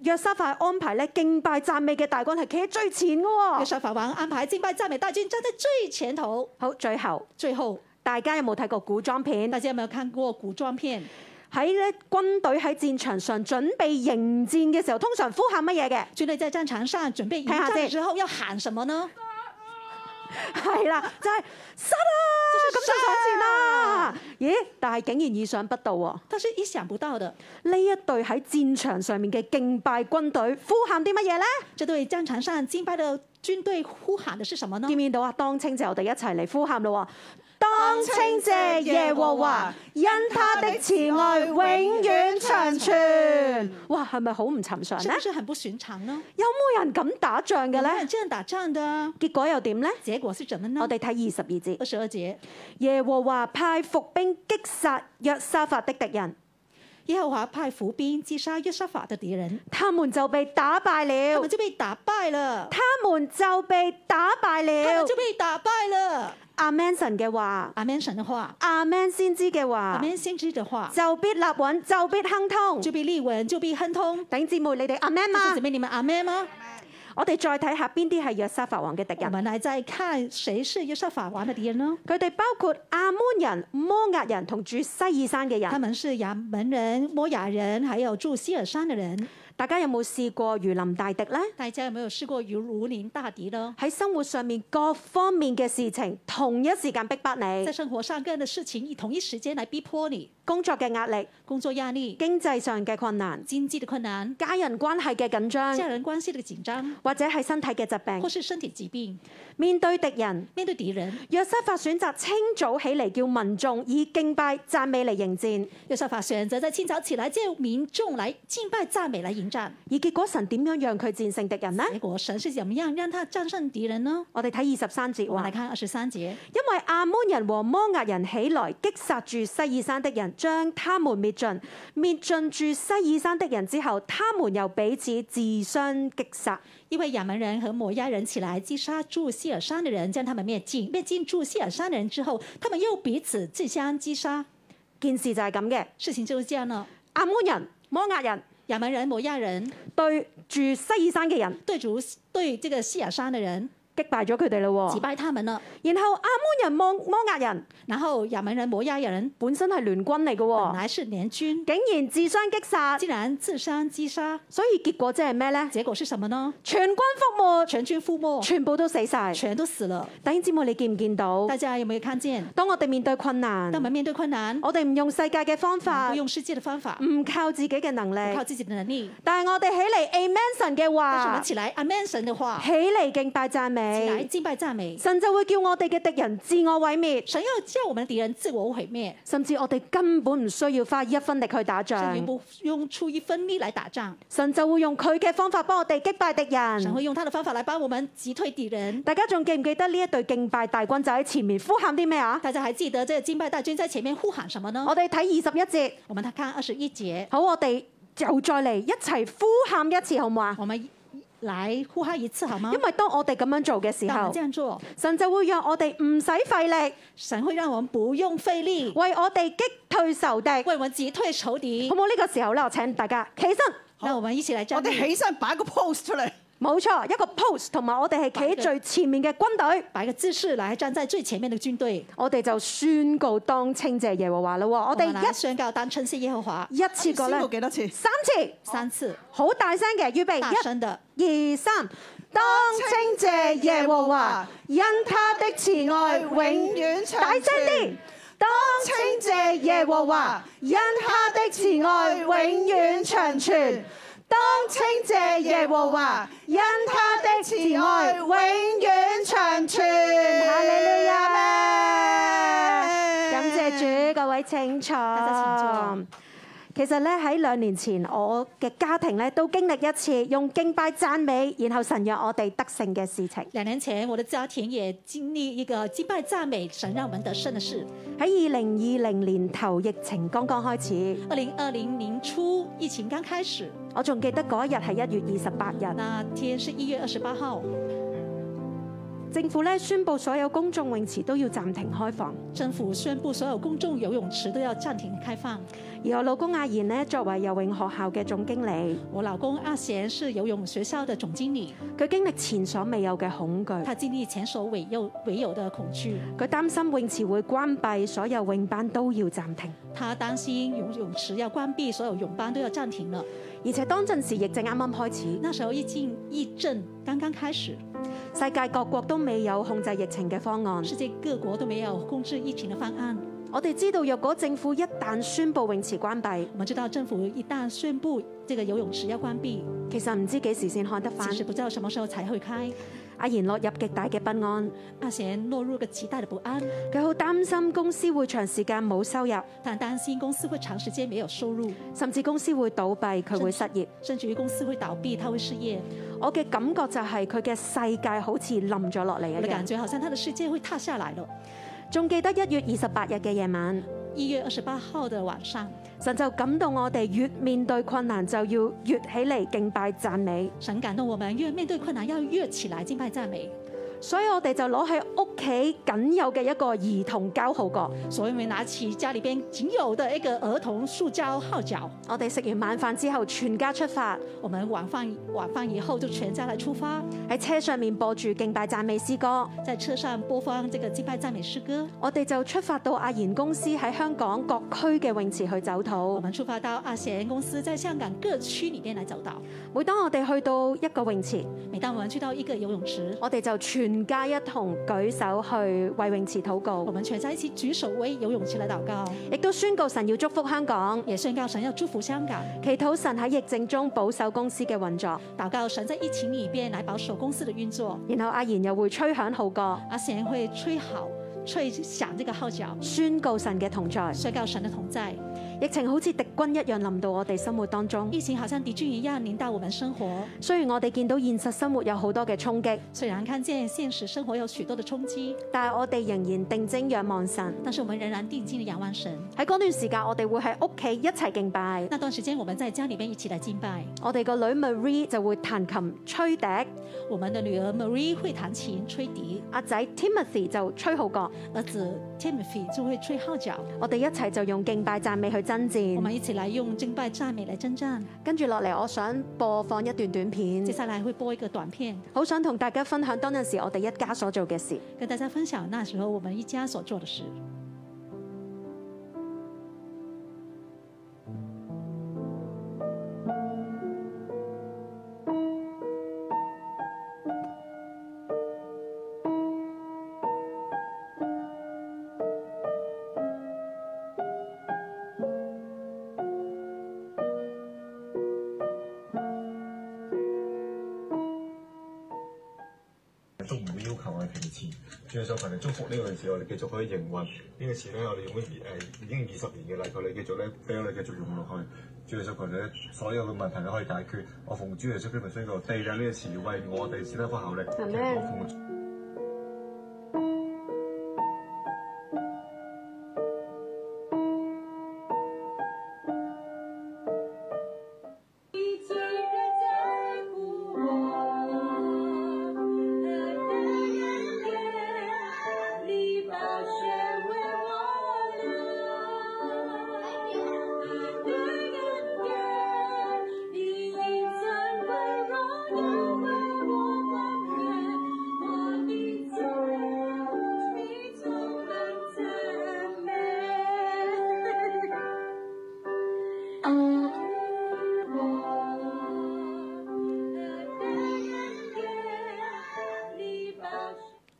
Speaker 4: 約沙法安排咧敬拜讚美嘅大軍係企喺最前嘅喎、
Speaker 3: 约沙法王安排敬拜赞美大军站在最前头。
Speaker 4: 好，最後
Speaker 3: 最后，
Speaker 4: 大家有冇睇過古裝片？
Speaker 3: 大家有没有看过古装片？
Speaker 4: 喺咧軍隊喺戰場上準備迎戰嘅時候，通常呼喊乜 嘢嘅？
Speaker 3: 军队在战场上准备迎战
Speaker 4: 看下
Speaker 3: 的
Speaker 4: 先
Speaker 3: 时候要喊什么呢？
Speaker 4: 係啦，就係、殺啊！咁就上前
Speaker 3: 啊
Speaker 4: 啦！咦？但係竟然意想不到喎、
Speaker 3: 但是意想不到的，
Speaker 4: 呢一隊喺戰場上面嘅敬拜軍隊呼喊啲乜嘢呢？
Speaker 3: 这对战场上金牌的军队呼喊的是什么呢
Speaker 4: 見？唔見到啊？當清謝，我哋一齊嚟呼喊咯！當清謝耶和華，因他的慈愛永遠長存。哇，係咪好唔尋常
Speaker 3: 是
Speaker 4: 呢
Speaker 3: 不？是很不寻常呢？
Speaker 4: 有冇人咁打仗嘅
Speaker 3: 有
Speaker 4: 呢
Speaker 3: 没？有这样打仗的？
Speaker 4: 結果又點呢？
Speaker 3: 结果是怎么呢
Speaker 4: 我？哋睇二十二節，
Speaker 3: 二十二节，
Speaker 4: 耶和華派伏兵擊殺約沙法的敵人，
Speaker 3: 耶和华派伏兵击杀约沙法的敌人，
Speaker 4: 他們就被打敗
Speaker 3: 他
Speaker 4: 了
Speaker 3: 们。就被打败了，
Speaker 4: 他們就被打敗
Speaker 3: 他
Speaker 4: 了
Speaker 3: 们就。被打败了。
Speaker 4: 阿 Man 神嘅話，
Speaker 3: 阿门神的话，
Speaker 4: 阿 Man 先知嘅
Speaker 3: 阿
Speaker 4: 話，
Speaker 3: 门先知的话，
Speaker 4: 就必立穩，就必亨通。
Speaker 3: 就必立文，就必亨通。
Speaker 4: 頂姊妹，你哋阿
Speaker 3: 弟
Speaker 4: Man
Speaker 3: 兄
Speaker 4: 嘛
Speaker 3: 姊？妹，你们阿门吗？
Speaker 4: 我哋再睇下邊啲係約沙法王嘅敵
Speaker 3: 我
Speaker 4: 人，
Speaker 3: 们来再看谁是约瑟法王的敌人呢？
Speaker 4: 佢哋包括亞捫人、摩押人同住西爾山嘅
Speaker 3: 他
Speaker 4: 人。
Speaker 3: 们是亚门人、摩亚人，还有住希尔山的人。
Speaker 4: 大家有冇試過如臨大敵呢？
Speaker 3: 大家有没有试过如如临大敌呢？
Speaker 4: 喺生活上面各方面嘅事情，同一時間逼迫
Speaker 3: 在
Speaker 4: 你，
Speaker 3: 生活上各样的事情，以同一时间来逼迫你，
Speaker 4: 工作嘅壓力、
Speaker 3: 工作压力、
Speaker 4: 經濟上嘅困難、
Speaker 3: 经济的困难、
Speaker 4: 家人關係嘅緊
Speaker 3: 家
Speaker 4: 張，
Speaker 3: 人关系的紧张，
Speaker 4: 或者係身體嘅疾
Speaker 3: 或
Speaker 4: 病。
Speaker 3: 是身体疾病。
Speaker 4: 面對敵人，
Speaker 3: 面對敵人，
Speaker 4: 約沙法選擇清早起嚟叫民眾以敬拜讚美嚟迎戰，
Speaker 3: 約瑟法選擇在清早起來借民眾來敬拜讚美來迎戰。
Speaker 4: 而結果神點樣讓佢戰勝敵 人呢？
Speaker 3: 結果神是怎麼樣讓他戰勝敵人呢？
Speaker 4: 我哋睇二十三節
Speaker 3: 我們
Speaker 4: 話
Speaker 3: 來。看二十三節，
Speaker 4: 因為亞捫人和摩押人起來擊殺住西爾山的人，將他們滅盡。滅盡住西爾山的人之後，他們又彼此自相擊殺。
Speaker 3: 因為亞捫人和摩押人起來擊殺住希爾山的人，將他們滅盡。滅盡住希爾山的人之後，他們又彼此自相擊殺。
Speaker 4: 件事就係咁嘅。
Speaker 3: 事情就是這樣了。
Speaker 4: 亞捫人、摩押人
Speaker 3: 亞捫人、摩押人
Speaker 4: 對住西爾山嘅人
Speaker 3: 對主對這個希爾山的人
Speaker 4: 擊敗咗佢哋
Speaker 3: 擊
Speaker 4: 咯。
Speaker 3: 敗他們了。
Speaker 4: 然後亞捫人、摩摩押人
Speaker 3: 然後亞捫人、摩押人
Speaker 4: 本身係聯軍嚟嘅
Speaker 3: 本
Speaker 4: 喎，
Speaker 3: 來是聯軍，
Speaker 4: 竟然自相擊殺，
Speaker 3: 竟然自相擊殺，
Speaker 4: 所以結果即係咩呢？
Speaker 3: 結果是什麼呢？
Speaker 4: 全軍覆沒，
Speaker 3: 全軍覆沒。
Speaker 4: 全部都死晒。
Speaker 3: 全都死了。
Speaker 4: 弟兄姊妹，你見唔見到
Speaker 3: 大？家有没有看见？
Speaker 4: 當我哋面對困難
Speaker 3: 当我，们面对困难，
Speaker 4: 我哋唔用世界嘅方
Speaker 3: 我
Speaker 4: 法
Speaker 3: 们。用世界的方法，
Speaker 4: 唔靠自己嘅能
Speaker 3: 不靠
Speaker 4: 力，
Speaker 3: 自己的能力。
Speaker 4: 但係我哋起嚟 Amen 神
Speaker 3: 但
Speaker 4: 嘅
Speaker 3: 是我们
Speaker 4: 話，起
Speaker 3: 起来阿 man 神的话，
Speaker 4: 嚟敬拜讚
Speaker 3: 起来
Speaker 4: 美，
Speaker 3: 敬拜赞美。
Speaker 4: 神就會叫我哋嘅敵人自我毀滅，
Speaker 3: 神要叫我们的敌人自我毁灭，
Speaker 4: 甚至我哋根本唔需要花一分力去打
Speaker 3: 神用
Speaker 4: 仗，
Speaker 3: 不用出一分力来打仗，
Speaker 4: 神就會用佢嘅方法幫我哋擊敗敵
Speaker 3: 神
Speaker 4: 人。
Speaker 3: 会用他的方法来帮我们击退敌人。
Speaker 4: 大家仲記唔記得呢一隊敬拜大軍就喺前面呼喊啲咩啊？
Speaker 3: 大家还记得这敬拜大军在前面呼喊什么呢？
Speaker 4: 我哋睇二十一節，
Speaker 3: 我们来看二十一节，
Speaker 4: 好，我哋又再嚟一齊呼喊一次，好唔好啊？
Speaker 3: 我们来呼喊一次好吗
Speaker 4: 因？為當我哋咁樣做嘅時
Speaker 3: 当我们
Speaker 4: 候
Speaker 3: 这，样做，
Speaker 4: 神就會讓我哋唔使費力，
Speaker 3: 神会让我们不用费力，
Speaker 4: 為我哋擊退仇敵。
Speaker 3: 为我们击退仇敌
Speaker 4: 好。冇呢個時候咧，我請大家起身，
Speaker 3: 让我们一起来
Speaker 2: 我
Speaker 3: 站
Speaker 2: 哋
Speaker 3: 立。
Speaker 2: 起身擺個 pose 出嚟，
Speaker 4: 冇錯，一個 pose 同埋我哋係企喺最前面嘅軍隊，
Speaker 3: 摆个姿势来站在最前面的軍隊，
Speaker 4: 我哋就宣告當清謝耶和華啦喎！我
Speaker 3: 我
Speaker 4: 哋
Speaker 3: 哋一
Speaker 4: 一
Speaker 3: 宣告單稱是耶和華
Speaker 4: 一次
Speaker 2: 宣
Speaker 4: 過咧
Speaker 2: 過幾多次？
Speaker 4: 三次，
Speaker 3: 三次，
Speaker 4: 好大聲嘅，預備
Speaker 3: 大聲的
Speaker 4: 一、二、三，當稱謝耶和華，因他的慈愛永遠長存。大聲啲！當稱謝耶和華，因他的慈愛永遠長存。當稱謝耶和華，因他的慈愛永遠長存。哈利路亞！感謝主，各位請坐。
Speaker 3: 大家請
Speaker 4: 其實咧喺兩年前，我嘅家庭咧都經歷一次用敬拜讚美，然後神讓我哋得勝嘅事情。
Speaker 3: 两年前，我的家庭也经历一个击败赞美神让我们得胜的事。
Speaker 4: 喺二零二零年頭疫情剛剛開始，
Speaker 3: 二零二零年初，疫情刚开始，
Speaker 4: 我仲記得嗰一日係一月二十八日，
Speaker 3: 那天是一月二十八號，
Speaker 4: 政府咧宣布所有公眾泳池都要暫停開放，
Speaker 3: 政府宣布所有公众游泳池都要暂停開放。
Speaker 4: 而我老公阿賢呢，作為游泳學校嘅總經理，
Speaker 3: 我老公阿贤是游泳学校的总经理，
Speaker 4: 佢經歷前所未有嘅恐懼，
Speaker 3: 他经历前所未有未有的恐惧，
Speaker 4: 佢擔心泳池會關閉，所有泳班都要暫停。
Speaker 3: 他担心游泳池要关闭，所有泳班都要暂停了。
Speaker 4: 而且當陣時疫症啱啱開始，
Speaker 3: 那时候疫情疫症刚刚开始，
Speaker 4: 世界各國都未有控制疫情嘅方案。
Speaker 3: 世界各国都没有控制疫情的方案。
Speaker 4: 我哋知道，若果政府一旦宣布泳池關閉，
Speaker 3: 我们知道政府一旦宣布这个游泳池要关闭，
Speaker 4: 其實唔知幾時先看得翻
Speaker 3: 其。实不知道什么时候才会开。
Speaker 4: 阿賢落入極大嘅不安，
Speaker 3: 阿贤落入个极大的不安，
Speaker 4: 佢好擔心公司會長時間冇收入，
Speaker 3: 但担心公司会长时间没有收入，
Speaker 4: 甚至公司會倒閉，佢會失業。
Speaker 3: 甚至于公司会倒闭，他会失业。
Speaker 4: 我嘅感覺就係佢嘅世界好似冧咗落嚟
Speaker 3: 我的
Speaker 4: 一
Speaker 3: 感
Speaker 4: 樣。
Speaker 3: 觉好像他的世界会塌下来了。
Speaker 4: 仲記得一月二十八日嘅夜晚，
Speaker 3: 一月二十八号的晚上，
Speaker 4: 神就感動我哋越面對困難就要越起嚟敬拜讚美，
Speaker 3: 神感动我们，越面对困难要越起来敬拜赞美。
Speaker 4: 所以我哋就攞喺屋企僅有嘅一個兒童交號角。
Speaker 3: 所以我们拿起家里边仅有的一个儿童塑胶号角，
Speaker 4: 我哋食完晚飯之後，全家出發
Speaker 3: 我们晚饭晚饭以后就全家来出发，
Speaker 4: 喺車上面播住敬拜讚美詩歌，
Speaker 3: 在车上播放这个敬拜赞美诗歌。
Speaker 4: 我哋就出發到阿賢公司喺香港各區嘅泳池去走
Speaker 3: 我
Speaker 4: 土。
Speaker 3: 们出发到阿贤公司在香港各区里边来找到。
Speaker 4: 每當我哋去到一個泳池，
Speaker 3: 每当我们去到一个游泳池，
Speaker 4: 我哋就全家一同舉手去為泳池禱
Speaker 3: 我
Speaker 4: 告，
Speaker 3: 们全家一起举手为游泳池来祷告，
Speaker 4: 亦都宣告神要祝福香港，
Speaker 3: 也宣告神要祝福香港，
Speaker 4: 祈禱神喺疫症中保守公司嘅運作。
Speaker 3: 祷告神在疫情里边来保守公司的运作。
Speaker 4: 然後阿賢又會吹響號角，
Speaker 3: 阿贤会吹好吹响这个号角，
Speaker 4: 宣告神嘅同在。
Speaker 3: 宣告神的同在。
Speaker 4: 疫情好似敵軍一樣臨到我哋生活當中。
Speaker 3: 疫情好像敌军一样临到我们生活，
Speaker 4: 雖然我哋見到現實生活有好多嘅衝擊，
Speaker 3: 虽然看见现实生活有许多的冲击，
Speaker 4: 但係我哋仍然定睛仰望神。
Speaker 3: 但是我们仍然定睛的仰望神。
Speaker 4: 喺嗰段時間，我哋會喺屋企一齊敬拜。
Speaker 3: 那段時間，我們在家裏面一起來敬拜。
Speaker 4: 我哋個女 Marie 就會彈琴吹笛，
Speaker 3: 我們的女兒 Marie 會彈琴、吹笛，
Speaker 4: 阿仔 Timothy 就吹號角。
Speaker 3: 兒子 Timothy 就會吹號角。
Speaker 4: 我哋一齊就用敬拜讚美去爭
Speaker 3: 我
Speaker 4: 戰。
Speaker 3: 們一起來用敬拜讚美來征戰。
Speaker 4: 跟住落嚟，我想播放一段短
Speaker 3: 接
Speaker 4: 片，
Speaker 3: 下來會播一個短片，
Speaker 4: 好想同大家分享當陣時我哋一家所做嘅事。
Speaker 3: 跟大家分享那時候我們一家所做的事。
Speaker 5: 都唔會要求係停止，轉上神嚟祝福呢個陣時，我哋繼續可以營運呢個錢咧，我哋用咗誒已經二十年嘅啦，佢哋繼續咧俾我哋繼續用落去，轉上神咧所有嘅問題都可以解決。我奉主耶穌基督宣告，地嘅呢個詞為我哋先得發效力。
Speaker 4: Amen
Speaker 5: 其實我奉主
Speaker 6: 你最该在乎我，爱的人，你宝血为我流，爱的人，你隐藏温柔的为我放开，我
Speaker 7: Uh,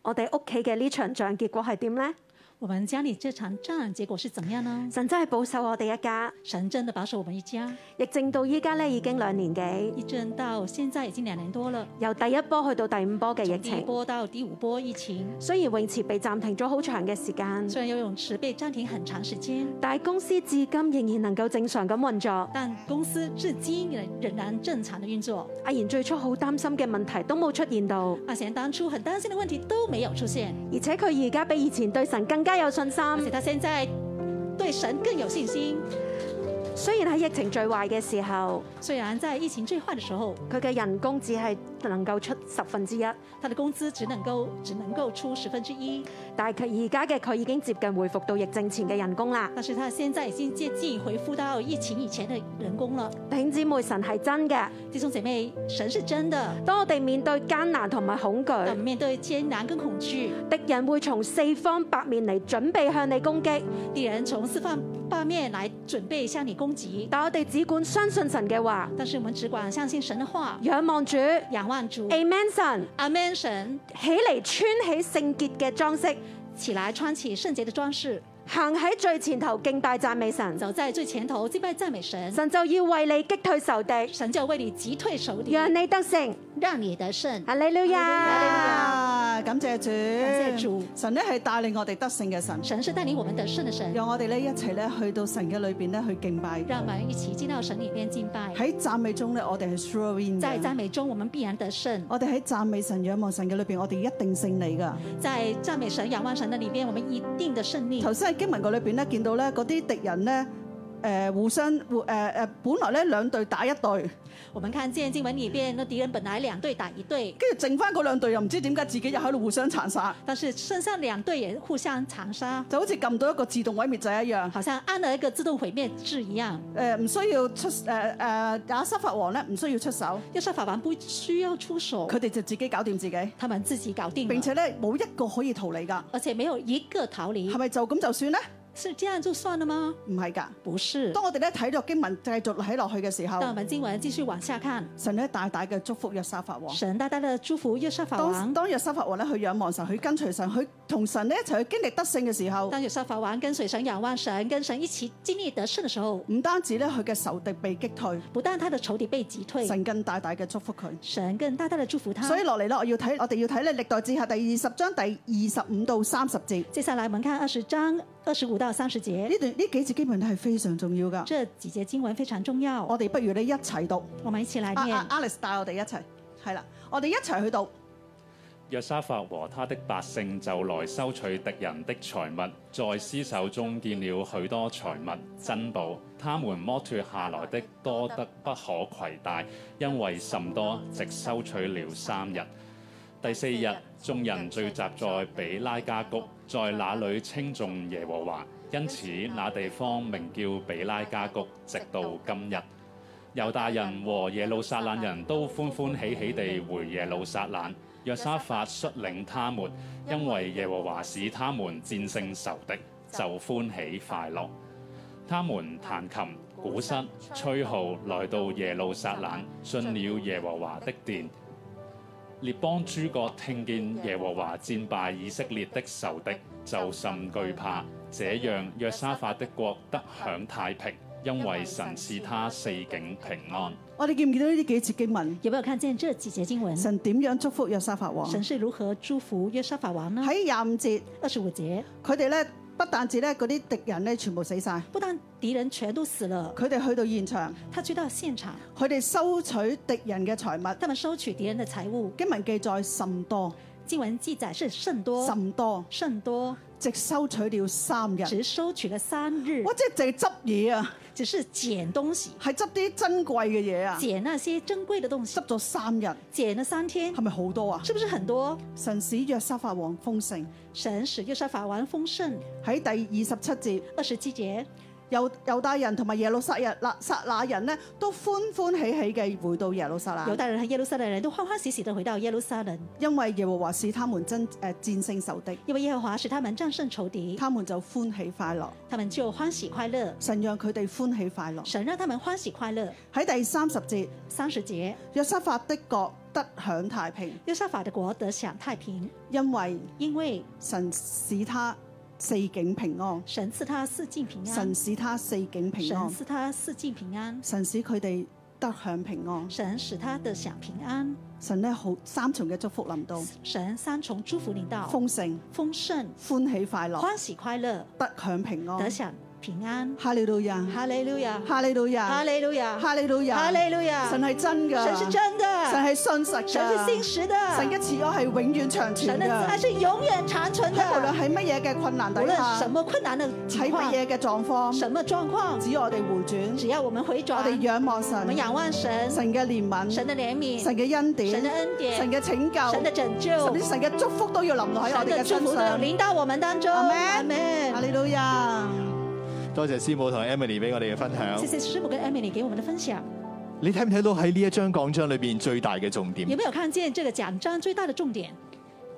Speaker 4: 我哋屋企嘅呢場仗結果係點呢？
Speaker 3: 我们家里这场战结果是怎么样呢？
Speaker 4: 神真係保守我哋一家，
Speaker 3: 神真的保守我们一家，
Speaker 4: 疫症到依家呢已經兩年幾，
Speaker 3: 一震到现在已经两年多了，
Speaker 4: 由第一波去到第五波嘅疫
Speaker 3: 从第一
Speaker 4: 情，
Speaker 3: 波到第五波疫情，
Speaker 4: 雖然泳池被暫停咗好長嘅時間，
Speaker 3: 虽然游泳池被暂停很长时间，
Speaker 4: 但係公司至今仍然能夠正常咁運作。
Speaker 3: 但公司至今仍仍然正常的运作。
Speaker 4: 阿賢最初好擔心嘅問題都冇出現到，
Speaker 3: 阿贤当初很担心的问题都没有出现，
Speaker 4: 而且佢而家比以前對神更加有信心。
Speaker 3: 而且他现在对神更有信心。
Speaker 4: 雖然喺疫情最壞嘅時候，
Speaker 3: 虽然在疫情最坏的时候，
Speaker 4: 佢嘅人工只係能夠出十分之一，
Speaker 3: 他的工资只能够只能够出十分之一，
Speaker 4: 但係佢而家嘅佢已經接近回復到疫症前嘅人工啦。
Speaker 3: 但是他现在已经接近回复到疫情以前的人工了。
Speaker 4: 弟兄姊妹，神係真嘅。
Speaker 3: 弟兄姐妹，神是真的。
Speaker 4: 當我哋面對艱難同埋恐
Speaker 3: 我们
Speaker 4: 懼，
Speaker 3: 面对艰难跟恐惧，
Speaker 4: 敵人會從四方八面嚟準備向你攻擊，
Speaker 3: 敌人从四方八面来准备向你攻击。
Speaker 4: 但我哋只管相信神嘅話，
Speaker 3: 但是我们只管相信神的话，
Speaker 4: 仰望主。
Speaker 3: 仰望主。
Speaker 4: Amen 神
Speaker 3: 阿 man 神，
Speaker 4: 起嚟穿起聖潔嘅裝飾，
Speaker 3: 起来穿起圣洁的装饰，
Speaker 4: 行喺最前頭敬拜讚美神，
Speaker 3: 走在最前头，敬拜赞美神。
Speaker 4: 神就要為你擊退仇敵，
Speaker 3: 神就为你击退仇敌，
Speaker 4: 讓你得勝。
Speaker 3: 让你得胜。
Speaker 4: 哈利路亞！
Speaker 2: 啊，感謝主，
Speaker 3: 感謝主
Speaker 2: 神咧係帶領我哋得勝嘅神，
Speaker 3: 神是带领我们得胜的神，
Speaker 2: 讓我哋咧一齊咧去到神嘅裏邊咧去敬拜。
Speaker 3: 让我们一起进到神里面敬拜。
Speaker 2: 喺讚美中咧，我哋係 sure win
Speaker 3: 在赞
Speaker 2: 嘅。
Speaker 3: 美中，我们必然得胜。
Speaker 2: 我哋喺讚美神、仰望神嘅裏邊，我哋一定勝利㗎。
Speaker 3: 在赞美神、仰望神的里面，我们一定的胜利
Speaker 2: 頭。先喺經文個裏邊咧，見到咧嗰啲敵人咧，誒、互相互誒誒、本來咧兩隊打一隊，
Speaker 3: 我们看见经文里面，那敌人本来两队打一队，
Speaker 2: 跟住剩翻嗰兩隊又唔知點解自己又喺度互相殘殺，
Speaker 3: 但是剩下兩隊也互相殘殺，
Speaker 2: 就好似撳到一個自動毀滅掣一樣。
Speaker 3: 好像按了一個自動毀滅制一樣。
Speaker 2: 誒唔需要出誒誒亞沙法王咧，唔需要出手，
Speaker 3: 要是法王不需要出手
Speaker 2: 佢，哋就自己搞掂自己。
Speaker 3: 他們自己搞定
Speaker 2: 並
Speaker 3: 了，
Speaker 2: 且咧冇一個可以逃離㗎，
Speaker 3: 而且沒有一個逃離
Speaker 2: 係。咪就咁就算呢？
Speaker 3: 是這樣就算了嗎？
Speaker 2: 唔係㗎。
Speaker 3: 不是。
Speaker 2: 當我哋咧睇咗經文繼續睇落去嘅時候
Speaker 3: 但，我們經文繼續往下看，
Speaker 2: 神咧大大嘅祝福約沙法王。
Speaker 3: 神大大的祝福約沙法
Speaker 2: 當
Speaker 3: 王。
Speaker 2: 當約沙法王咧去仰望神，去跟隨神，去同神咧一齊去經歷得勝嘅時候，
Speaker 3: 當約沙法王跟隨神仰望神，跟神一起經歷得勝的時候，
Speaker 2: 唔單止咧佢嘅仇敵被擊退，
Speaker 3: 不但他的仇敵被擊退，
Speaker 2: 神更大大嘅祝福佢。
Speaker 3: 神更大大的祝福他。
Speaker 2: 所以落嚟咧，我要睇我哋要睇咧歷代志下第二十章第二十五到三十節
Speaker 3: 接下來我們看二十章二十五到三十節，
Speaker 2: 呢段呢幾節經文咧係非常重要㗎。
Speaker 3: 這幾節經文非常重要。
Speaker 2: 我哋不如咧一齊讀。
Speaker 3: 我們一起來
Speaker 2: 阿
Speaker 3: 念。
Speaker 2: 阿 Alex 帶我哋一齊，係啦，我哋一齊去讀。
Speaker 1: 約沙法和他的百姓就來收取敵人的財物，在屍首中見了許多財物珍寶，他們剝脱下來的多得不可攜帶，因為甚多，直收取了三日。第四日，眾人聚集在比拉加谷，在那裏稱頌耶和華，因此那地方名叫比拉加谷，直到今日。猶大人和耶路撒冷人都歡歡喜喜地回耶路撒冷。約沙法率領他們，因為耶和華使他們戰勝仇敵，就歡喜快樂。他們彈琴、鼓瑟、吹號，來到耶路撒冷，進了耶和華的殿。列邦諸國聽見耶和華戰敗以色列的仇敵，就甚懼怕。這樣約沙法的國得享太平，因為神賜他四境平安。
Speaker 2: 我哋見唔見到呢幾節經文？
Speaker 3: 有沒有看見這幾節經文？
Speaker 2: 神點樣祝福約沙法王？
Speaker 3: 神是如何祝福约沙法王呢？
Speaker 2: 喺廿五節，
Speaker 3: 二十五节，
Speaker 2: 佢哋咧不但止咧嗰啲敵人咧全部死晒，
Speaker 3: 不但敌人全都死了，
Speaker 2: 佢哋去到現場，
Speaker 3: 他去到现场，
Speaker 2: 佢哋收取敵人嘅財物。
Speaker 3: 他们收取敌人的财物。
Speaker 2: 經文記載甚多，
Speaker 3: 经文记载是甚多，
Speaker 2: 甚多，
Speaker 3: 甚多，
Speaker 2: 直收取了三日。
Speaker 3: 只收取了三日
Speaker 2: 我，即係淨係執嘢啊，
Speaker 3: 只是捡东西，
Speaker 2: 係執啲珍貴嘅嘢啊，
Speaker 3: 捡那些珍贵的东西
Speaker 2: 執，咗三日，
Speaker 3: 捡了三天
Speaker 2: 係，咪好多啊？
Speaker 3: 是不是很多？
Speaker 2: 神使約沙法王豐盛。
Speaker 3: 神使约沙法王丰盛。
Speaker 2: 喺第二十七節，
Speaker 3: 二十七节，
Speaker 2: 猶猶大人同埋耶路撒日那撒那人呢，都歡歡喜喜嘅回到耶路撒
Speaker 3: 猶
Speaker 2: 冷，
Speaker 3: 大人和耶路撒冷人都歡歡喜喜地回到耶路撒冷，
Speaker 2: 因為耶和華是他們真誒、呃、戰勝仇敵，
Speaker 3: 因為耶和華使他們戰勝仇敵，
Speaker 2: 他們就歡喜快樂。
Speaker 3: 他們就歡喜快樂。
Speaker 2: 神讓佢哋歡喜快樂。
Speaker 3: 神讓他們歡喜快樂。
Speaker 2: 喺第三十節，
Speaker 3: 三十節，
Speaker 2: 約沙法的國得享太平，
Speaker 3: 約沙法的國得享太平，
Speaker 2: 因為
Speaker 3: 因為
Speaker 2: 神使他四境平安，
Speaker 3: 神賜他四境平安，
Speaker 2: 神使他四境平
Speaker 3: 神
Speaker 2: 安，
Speaker 3: 賜他四境平安，
Speaker 2: 神使佢哋得享平安。
Speaker 3: 神使他得享平安，
Speaker 2: 神呢好三重嘅祝福臨到，
Speaker 3: 神三重祝福领到，
Speaker 2: 豐盛、
Speaker 3: 豐盛、
Speaker 2: 歡喜快樂、
Speaker 3: 歡喜快樂，
Speaker 2: 得享平安
Speaker 3: 得。享平安。
Speaker 2: 哈利路亞，
Speaker 3: 哈利路亞，
Speaker 2: 哈利路
Speaker 3: 哈
Speaker 2: 亞，
Speaker 3: 利路亞，
Speaker 2: 哈利路
Speaker 3: 哈
Speaker 2: 亞，
Speaker 3: 利路亞，
Speaker 2: 神係真㗎，
Speaker 3: 神是真的，
Speaker 2: 神係信實
Speaker 3: 神是
Speaker 2: 㗎，
Speaker 3: 信實的，
Speaker 2: 神嘅慈愛係永遠長
Speaker 3: 神
Speaker 2: 存
Speaker 3: 的慈愛
Speaker 2: 㗎。
Speaker 3: 是永遠長存的
Speaker 2: 喺。無論喺乜嘢嘅困難
Speaker 3: 無
Speaker 2: 底
Speaker 3: 論什
Speaker 2: 下，
Speaker 3: 麼困難的情
Speaker 2: 喺乜
Speaker 3: 況，
Speaker 2: 嘢嘅狀況，
Speaker 3: 什麼狀況，
Speaker 2: 只要我哋回轉，
Speaker 3: 只要我們回轉
Speaker 2: 我，哋仰望神
Speaker 3: 我，們仰望神，
Speaker 2: 神嘅憐
Speaker 3: 神
Speaker 2: 憫，
Speaker 3: 的憐憫，
Speaker 2: 神嘅恩典
Speaker 3: 神，的恩典，
Speaker 2: 神嘅拯
Speaker 3: 神
Speaker 2: 救
Speaker 3: 的，拯救，
Speaker 2: 甚至神嘅祝福都要臨落喺我
Speaker 3: 神
Speaker 2: 哋嘅
Speaker 3: 的祝
Speaker 2: 身
Speaker 3: 福都有
Speaker 2: 上。
Speaker 3: 臨到我們當中。
Speaker 2: 阿
Speaker 3: 阿
Speaker 2: 門
Speaker 3: 門
Speaker 2: 哈。利路亞。
Speaker 8: 多謝師母同 Emily 俾我哋嘅分享
Speaker 3: 謝。謝師母跟 Emily 給我們的分享。
Speaker 8: 你睇唔睇到喺呢一章講章裏邊最大嘅重點
Speaker 3: 有？沒有看見這個獎章最大的重點？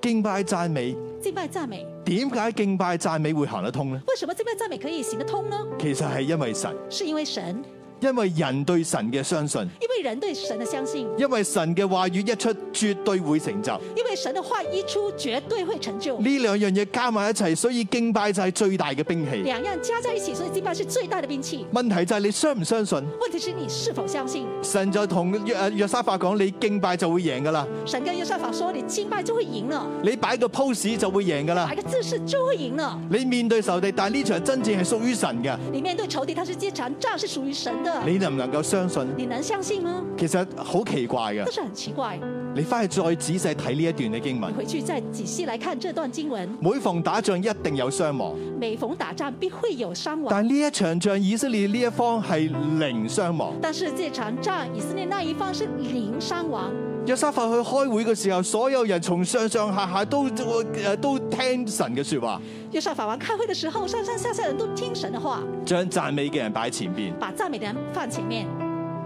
Speaker 8: 敬拜讚美，
Speaker 3: 敬拜讚美。
Speaker 8: 點解敬拜讚美會行得通呢？
Speaker 3: 為什麼敬拜讚美可以行得通呢？
Speaker 8: 其實係因為神，
Speaker 3: 是因為神，
Speaker 8: 因為人對神嘅相信，
Speaker 3: 因為人對神的相信，
Speaker 8: 因為神嘅話語一出，絕對會成就。呢
Speaker 3: 因為神的話一出，絕對會成就。
Speaker 8: 兩樣嘢加埋一齊，所以敬拜就係最大嘅兵器。
Speaker 3: 兩樣加在一起，所以敬拜是最大的兵器。
Speaker 8: 問題就係你相唔相信？
Speaker 3: 問題是你是否相信？
Speaker 8: 神就同約呃約沙法講：你敬拜就會贏㗎啦，
Speaker 3: 神跟約沙法說：“你敬拜就會贏了，
Speaker 8: 你擺個 pose 就會贏㗎啦
Speaker 3: 摆。個姿勢就會贏了。
Speaker 8: 你面對仇敵，但係呢場真正係屬於神嘅，
Speaker 3: 你面對仇敵，他是這場仗是屬於神的，
Speaker 8: 你能唔能夠相信？
Speaker 3: 你能相信嗎？
Speaker 8: 其實好奇怪嘅
Speaker 3: 但。是很奇怪。
Speaker 8: 你翻去再仔細睇呢一段嘅經文，
Speaker 3: 回去再仔細來看這段經文，
Speaker 8: 每逢打仗一定有傷亡，
Speaker 3: 每逢打仗必會有傷亡，
Speaker 8: 但係呢一場仗以色列呢一方係零傷亡。
Speaker 3: 但是這場仗以色列那一方是零傷亡。
Speaker 8: 約沙法去開會嘅時候，所有人從上上下下都誒都聽神嘅説話，
Speaker 3: 約沙法王開會的時候，上上下下人都聽神的話，
Speaker 8: 將讚美嘅人擺前邊，
Speaker 3: 把讚美的人放前面，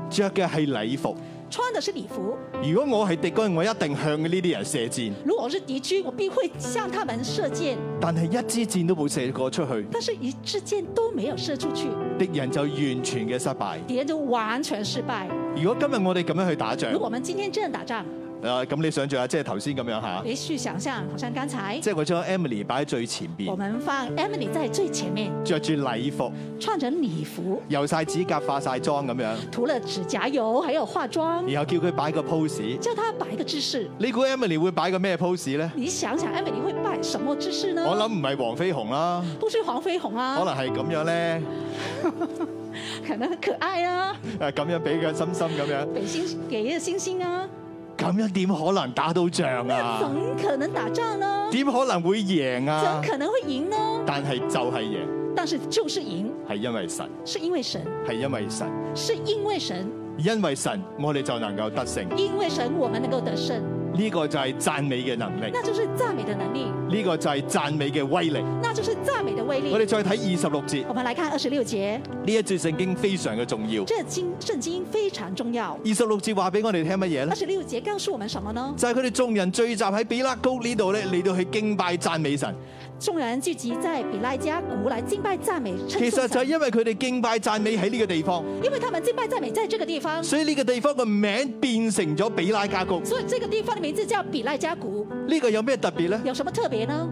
Speaker 8: 着嘅係禮服。
Speaker 3: 穿的是禮服。
Speaker 8: 如果我係敵軍，我一定向呢啲人射箭，
Speaker 3: 如果我是敵軍，我必會向他們射箭，
Speaker 8: 但係一支箭都冇射過出去，
Speaker 3: 但是一支箭都沒有射出去，
Speaker 8: 敵人就完全嘅失敗。
Speaker 3: 敵人就完全失敗。
Speaker 8: 如果今日我哋咁樣去打仗，
Speaker 3: 如果我們今天這樣打仗，
Speaker 8: 誒咁你想象下，即係頭先咁樣嚇，
Speaker 3: 也許想象好像剛才
Speaker 8: 即係我將 Emily 擺喺最前邊
Speaker 3: 我。們放 Emily 在最前面，
Speaker 8: 着住禮服，
Speaker 3: 穿着禮服，
Speaker 8: 油晒指甲、化晒妝咁樣，
Speaker 3: 塗了指甲油，還有化妝，
Speaker 8: 然後叫佢擺個 pose。
Speaker 3: 叫她擺一個姿勢。
Speaker 8: 你估 Emily 會擺個咩 pose 呢？
Speaker 3: 你想想 Emily 會擺什麼姿勢呢？
Speaker 8: 我諗唔係黃飛鴻啦，
Speaker 3: 不是黃飛鴻
Speaker 8: 可
Speaker 3: 啊，
Speaker 8: 能係咁樣咧，
Speaker 3: 可能很可愛啊，
Speaker 8: 誒咁樣俾個心心咁樣，
Speaker 3: 北星給一個星星啊，
Speaker 8: 咁樣點可能打到仗
Speaker 3: 怎
Speaker 8: 啊？
Speaker 3: 可能打仗呢？
Speaker 8: 點可能會贏啊
Speaker 3: 怎？可能會贏呢？
Speaker 8: 但係就係贏，
Speaker 3: 但是就是贏，
Speaker 8: 係因為神，
Speaker 3: 是因為神，
Speaker 8: 係因為神，
Speaker 3: 是因為神，
Speaker 8: 因為神，我哋就能夠得勝。
Speaker 3: 因為神我們能夠得勝，
Speaker 8: 呢個就係讚美嘅能力，
Speaker 3: 那就是讚美的能力，
Speaker 8: 呢個就係讚美嘅威力。
Speaker 3: 那就是讚美的威
Speaker 8: 我
Speaker 3: 力。
Speaker 8: 哋再睇二十六節，
Speaker 3: 我們來看二十六節，
Speaker 8: 呢一節聖經非常嘅重要。
Speaker 3: 這經聖經非常重要。
Speaker 8: 二十六節話俾我哋聽乜嘢呢
Speaker 3: 二？十六節告訴我們什麼呢？
Speaker 8: 就係佢哋眾人聚集喺比拉谷呢度咧，嚟到去敬拜讚美神。
Speaker 3: 眾人聚集在比拉加谷來敬拜讚美，稱
Speaker 8: 其實
Speaker 3: 頌
Speaker 8: 就係
Speaker 3: 神
Speaker 8: 因為佢哋敬拜讚美喺呢個地方，
Speaker 3: 因為他們敬拜讚美在這個地方，
Speaker 8: 所以呢個地方個名變成咗比拉加谷。呢、
Speaker 3: 所以這個地方的名字叫比拉加谷。
Speaker 8: 個有咩特別呢？
Speaker 3: 有什麼特別呢？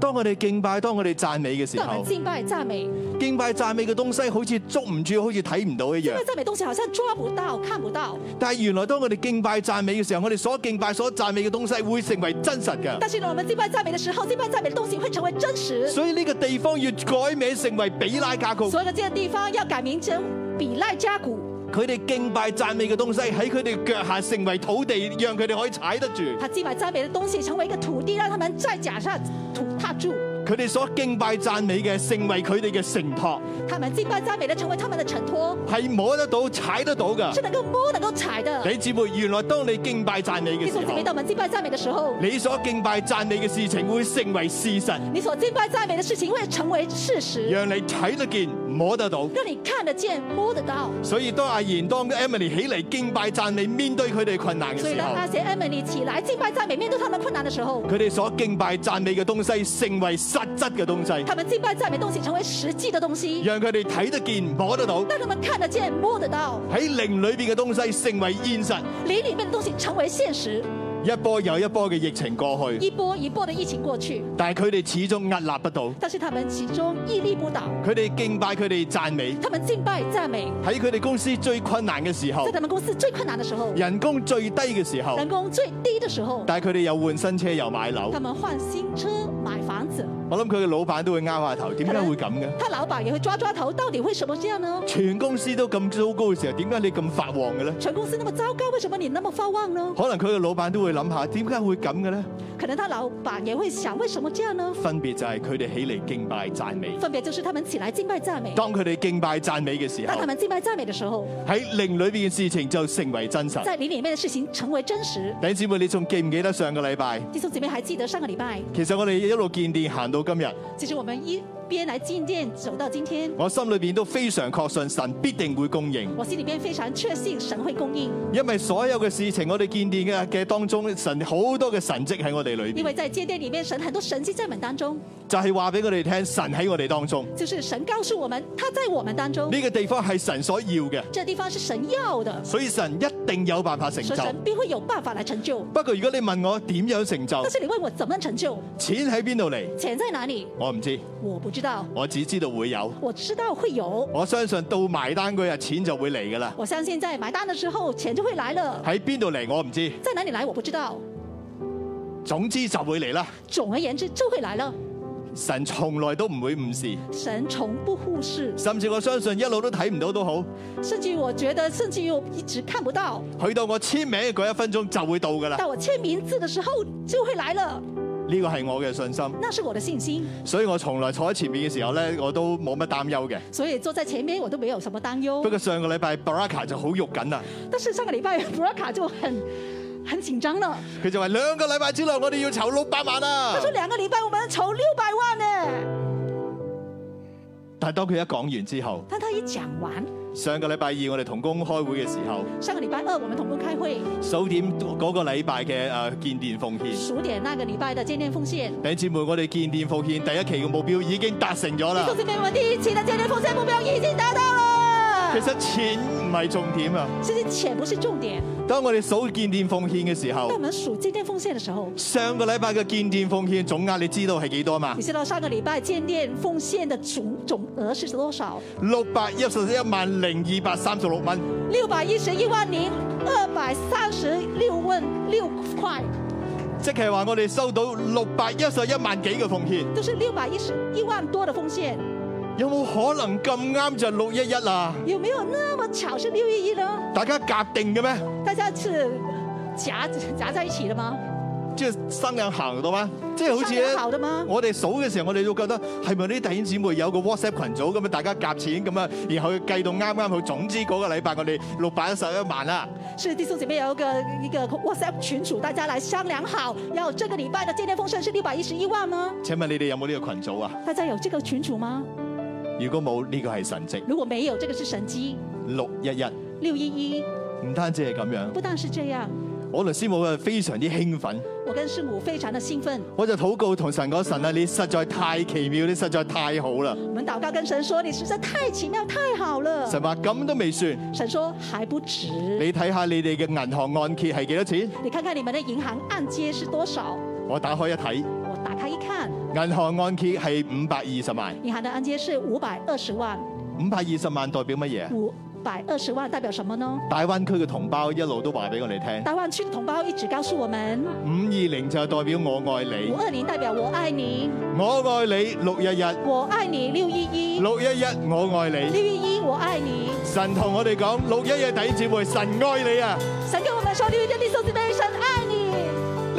Speaker 8: 當我哋敬拜、當我哋讚美嘅時
Speaker 3: 當我
Speaker 8: 候
Speaker 3: 們，敬拜讚美，
Speaker 8: 敬拜讚美嘅東西好似捉唔住，好似睇唔到一
Speaker 3: 敬
Speaker 8: 樣
Speaker 3: 拜。讚美東西好像抓不到、看不到，
Speaker 8: 但係原來當我哋敬拜讚美嘅時候，我哋所敬拜、所讚美嘅東西會成為真實嘅。
Speaker 3: 但是呢，我們敬拜讚美的時候，敬拜讚美的東西會成為真實。
Speaker 8: 所以呢個地方要改名成為比拉加谷。
Speaker 3: 所有的這個地方要改名成比拉加谷，
Speaker 8: 佢哋敬拜讚美嘅東西喺佢哋腳下成為土地，讓佢哋可以踩得住。
Speaker 3: 他敬拜讚美的東西成為一個土地，讓他們在腳下土踏住。
Speaker 8: 佢哋所敬拜讚美嘅，成為佢哋嘅承托，
Speaker 3: 他们敬拜赞美的成为他们的承托，
Speaker 8: 係摸得到、踩得到噶
Speaker 3: 是。能够摸、能够踩的。
Speaker 8: 你姊妹，原來當你敬拜讚美嘅
Speaker 3: 弟
Speaker 8: 時
Speaker 3: 兄姊
Speaker 8: 候
Speaker 3: 妹，，当我们敬拜赞美的时候，
Speaker 8: 你所敬拜讚美嘅事情會成為事實，
Speaker 3: 你所敬拜赞美的事情会成为事实，
Speaker 8: 讓你睇得見、摸得到。
Speaker 3: 让你看得见、摸得到。
Speaker 8: 所以當阿賢、當 Emily 起嚟敬拜讚美，面對佢哋困難嘅
Speaker 3: 所以
Speaker 8: 時
Speaker 3: 当
Speaker 8: 候
Speaker 3: 那，些 Emily 起来敬拜赞美，面对他们困难的时候，
Speaker 8: 佢哋所敬拜讚美嘅東西成為實質嘅東西，
Speaker 3: 他们敬拜赞美东西成为实际的东西，
Speaker 8: 讓佢哋睇得見、摸得到。
Speaker 3: 让他们看得见、摸得到，
Speaker 8: 喺靈裏邊嘅東西成為現實，
Speaker 3: 灵里面的东西成为现实。
Speaker 8: 一波又一波嘅疫情過去，
Speaker 3: 一波一波的疫情过去，
Speaker 8: 但係佢哋始終屹立不倒。
Speaker 3: 但是他们其中屹立不倒，
Speaker 8: 佢哋敬拜，佢哋讚美。
Speaker 3: 他们敬拜赞美，
Speaker 8: 喺佢哋公司最困難嘅時候
Speaker 3: 在，他们公司最困难的时候，
Speaker 8: 人工最低嘅時候，
Speaker 3: 人工最低的时候，
Speaker 8: 但係佢哋又換新車又買樓
Speaker 3: 他。们换新车、买房子，
Speaker 8: 我諗佢嘅老闆都會拗下頭，點解會咁嘅？
Speaker 3: 他老板也会抓抓头，到底为什么这样呢？
Speaker 8: 全公司都咁糟糕嘅時候，點解你咁發旺嘅咧？
Speaker 3: 全公司那么糟糕，为什么你那么发旺呢？
Speaker 8: 可能佢嘅老闆都會諗下，點解會咁嘅咧？
Speaker 3: 可能他老板也会想，为什么这样呢？
Speaker 8: 分別就係佢哋起嚟敬拜讚美。
Speaker 3: 分别就是他们起来敬拜赞美，
Speaker 8: 當佢哋敬拜讚美嘅時
Speaker 3: 当
Speaker 8: 候
Speaker 3: 他，们敬拜赞美的时候，
Speaker 8: 喺靈裏邊嘅事情就成為真實。
Speaker 3: 在灵里面的事情成为真实。
Speaker 8: 弟兄姊妹，你仲記唔記得上個禮拜？
Speaker 3: 弟兄姊妹还记得上个礼拜，
Speaker 8: 其實我哋一路見電行到今日，
Speaker 3: 其实我们一边来进店走到今天，
Speaker 8: 我心裏邊都非常確信神必定會供應，
Speaker 3: 我心里边非常确信神会供应。
Speaker 8: 因為所有嘅事情我哋見電嘅嘅當中，神好多嘅神跡喺我哋裏邊
Speaker 3: 因，为在接电里面，神很多神迹在我们当中，
Speaker 8: 就係話俾我哋聽，神喺我哋當中。
Speaker 3: 就是神告诉我们，他在我们当中。
Speaker 8: 呢個地方係神所要嘅，
Speaker 3: 这地方是神要的，
Speaker 8: 所以神一定有辦法成
Speaker 3: 所以
Speaker 8: 就。
Speaker 3: 神必会有办法来成就。
Speaker 8: 不過如果你問我點樣成就
Speaker 3: 但，是你问我怎么成就，
Speaker 8: 錢喺邊度嚟，
Speaker 3: 钱在哪里？
Speaker 8: 我唔知，
Speaker 3: 我不知道，
Speaker 8: 我只知道會有。
Speaker 3: 我知道会有。
Speaker 8: 我相信到埋單嗰日錢就會嚟㗎啦。
Speaker 3: 我相信在买单的时候，钱就会来了。
Speaker 8: 喺邊度嚟我唔知，
Speaker 3: 在哪里来我不知道，
Speaker 8: 總之就會嚟啦。
Speaker 3: 总而言之就会来了。
Speaker 8: 神從來都唔會誤事，
Speaker 3: 神从不忽视，
Speaker 8: 甚至我相信一路都睇唔到都好，
Speaker 3: 甚至于我觉得，甚至于我一直看不到，
Speaker 8: 去到我簽名嘅嗰一分鐘就會到㗎啦。
Speaker 3: 到我签名字的时候就会来了。
Speaker 8: 呢個係我嘅信心，
Speaker 3: 那是我的信心，
Speaker 8: 所以我從來坐喺前面嘅時候呢，我都冇乜擔憂嘅。
Speaker 3: 所以坐在前面我都没有什么担忧
Speaker 8: 不。過上個禮拜 Baraka 就好肉緊啦，啊
Speaker 3: 但是上个礼拜 b r a k a 就很很紧张了，
Speaker 8: 佢就話兩個禮拜之內我哋要籌六百萬啊
Speaker 3: 他。说两个礼拜我们筹六百万呢。
Speaker 8: 但係當佢一講完之後，
Speaker 3: 但他一讲完，
Speaker 8: 上個禮拜二我哋同工開會嘅時候，
Speaker 3: 上个礼拜二我们同工开会，
Speaker 8: 數點嗰個禮拜嘅誒建電奉獻。
Speaker 3: 数点那个礼拜的建店奉献。
Speaker 8: 弟兄姊妹，我哋建電奉獻第一期嘅目標已經達成咗啦
Speaker 3: 弟兄。姊妹们，第一期的建店奉献目标已经达到了。
Speaker 8: 其實錢唔係重點啊！
Speaker 3: 其实钱不是重点，
Speaker 8: 當我哋數建電奉獻嘅時
Speaker 3: 当我
Speaker 8: 候，
Speaker 3: 们数建店奉献的时候，
Speaker 8: 上個禮拜嘅建電奉獻總額你知道係幾多嘛
Speaker 3: 你？知道上个礼拜建店奉献的总总额是多少？
Speaker 8: 六百一十一萬零二百三十六蚊。
Speaker 3: 六百一十一万零二百三十六问六块，
Speaker 8: 即係話我哋收到六百一十一萬幾嘅奉獻，
Speaker 3: 就是六百一十一万多的奉献。
Speaker 8: 有冇可能咁啱就六一一啊？
Speaker 3: 有没有那么巧是六一一呢？
Speaker 8: 大家夾定嘅咩？
Speaker 3: 大家是夹夹在一起的吗？
Speaker 8: 即係新量行到嗎？即係好似
Speaker 3: 商量好的嗎
Speaker 8: 咧，我哋數嘅時候，我哋都覺得係咪啲弟兄姊妹有個 WhatsApp 群組咁樣，大家夾錢咁啊，然後計到啱啱好。總之嗰個禮拜我哋六百一十一萬啊啦。
Speaker 3: 是弟兄姐妹有一个一个 WhatsApp 群组，大家来商量好，要这个礼拜的建店丰盛是六百一十一万吗？
Speaker 8: 請問你哋有冇呢個群組啊？
Speaker 3: 大家有这个群组吗？
Speaker 8: 如果冇，呢個係神蹟。
Speaker 3: 如果没有，这个是神机。
Speaker 8: 六一一
Speaker 3: 六一一
Speaker 8: 唔單止係咁樣，
Speaker 3: 不但是这样，
Speaker 8: 我律師母啊非常之興奮，
Speaker 3: 我跟师母非常的兴奋，
Speaker 8: 我就禱告同神講：神啊，你實在太奇妙，你實在太好啦！
Speaker 3: 我们祷告跟神说：“你实在太奇妙，太好了。
Speaker 8: 神話咁都未算，”
Speaker 3: 神说：“还不止，
Speaker 8: 你睇下你哋嘅銀行按揭係幾多錢？
Speaker 3: 你看看你们的銀行按揭是多少？”
Speaker 8: 我打開一睇，
Speaker 3: 我打开一看，
Speaker 8: 銀行按揭係五百二十萬。
Speaker 3: 银行的按揭是五百二十万，
Speaker 8: 五百二十萬代表乜嘢啊？
Speaker 3: 五百二十万代表什么呢？
Speaker 8: 大灣區嘅同胞一路都話俾我哋聽，
Speaker 3: 大湾区的同胞一直告诉我们，
Speaker 8: 五二零就代表我愛
Speaker 3: 五
Speaker 8: 你，
Speaker 3: 二零代表我爱你，
Speaker 8: 我愛你六一一，
Speaker 3: 我爱你六一一，
Speaker 8: 六一一我愛你。
Speaker 3: 六一一我爱你。
Speaker 8: 神同我哋講，六一一弟兄姊妹，神愛你啊！
Speaker 3: 神跟我们说，六一一弟兄姊妹，神爱你。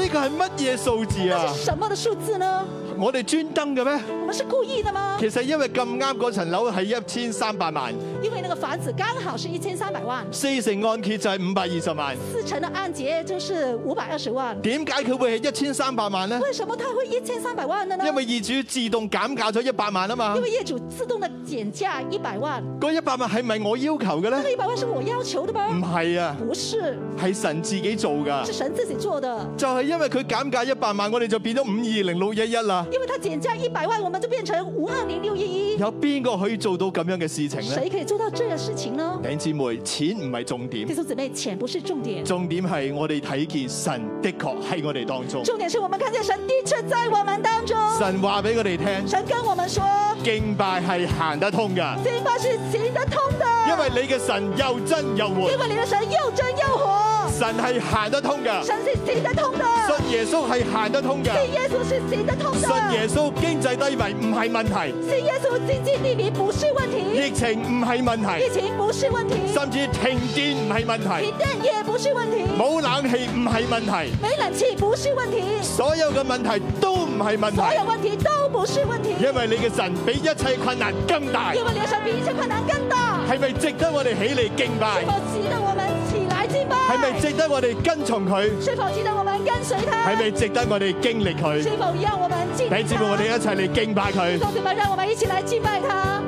Speaker 8: 呢個係乜嘢數字
Speaker 3: 那
Speaker 8: 啊
Speaker 3: 是？什么的数字呢？
Speaker 8: 我我哋專登嘅咩？
Speaker 3: 我们是故意的吗？
Speaker 8: 其實因為咁啱嗰層樓係一千三百萬，
Speaker 3: 因为那个房子刚好是一千三百万，
Speaker 8: 四成按揭就係五百二十萬。
Speaker 3: 四成的按揭就是五百二十万，
Speaker 8: 點解佢會係一千三百萬呢？
Speaker 3: 为什么它会一千三百萬的呢？
Speaker 8: 因為業主自動減價咗一百萬啊嘛
Speaker 3: 因。为业主自動的减价一百万，
Speaker 8: 嗰一百萬係咪我要求嘅呢
Speaker 3: 那？一百万是我要求的
Speaker 8: 唔
Speaker 3: 吗？
Speaker 8: 係啊，
Speaker 3: 不是，
Speaker 8: 係神自己做噶
Speaker 3: 是。神自己做的。
Speaker 8: 就係因為佢減價一百萬，我哋就變咗五二零六一一啦。
Speaker 3: 因为它减价一百万，我们就變成五二零六一一。
Speaker 8: 有邊個可以做到咁樣嘅事情呢？
Speaker 3: 谁可以做到这个事情呢？
Speaker 8: 弟兄姊妹，錢唔係重
Speaker 3: 弟
Speaker 8: 點，
Speaker 3: 兄姊妹，钱不是重点，
Speaker 8: 重點係我哋睇見神的確喺我哋當中。
Speaker 3: 重点是我们看见神的确在我们当中。
Speaker 8: 神話俾我哋聽，
Speaker 3: 神跟我们说，
Speaker 8: 敬拜係行得通㗎，
Speaker 3: 这一块是行得通的，
Speaker 8: 因為你嘅神又真又活
Speaker 3: 因，为你的神又真又活，
Speaker 8: 神係行得通㗎，
Speaker 3: 神是行得通的，
Speaker 8: 信耶穌係行得通㗎，
Speaker 3: 信耶稣是行得通的，
Speaker 8: 信耶穌經濟低迷唔係問題，
Speaker 3: 信耶稣经济地理不是问题，
Speaker 8: 疫情唔係問
Speaker 3: 疫
Speaker 8: 題，
Speaker 3: 情不是问题，
Speaker 8: 甚至停電唔係問題
Speaker 3: 停，电也不是问题，
Speaker 8: 冇冷氣唔係問題。
Speaker 3: 没冷气不是问题，
Speaker 8: 所有嘅問題都唔係問
Speaker 3: 所有
Speaker 8: 題，
Speaker 3: 问题都不是问题，
Speaker 8: 因為你嘅神比一切困難更大，
Speaker 3: 因为你的神比一切困难更大，
Speaker 8: 係咪值得我哋起嚟敬
Speaker 3: 是
Speaker 8: 拜？
Speaker 3: 否值得我们起来敬拜？
Speaker 8: 係咪值得我哋跟從佢？
Speaker 3: 是否值得我们跟随他？
Speaker 8: 係咪值得我哋經歷佢？
Speaker 3: 是否让我们敬
Speaker 8: 弟
Speaker 3: 拜
Speaker 8: 兄姊妹，我哋啊一齊嚟敬拜佢。
Speaker 3: 同学们，让我们一起来敬拜他。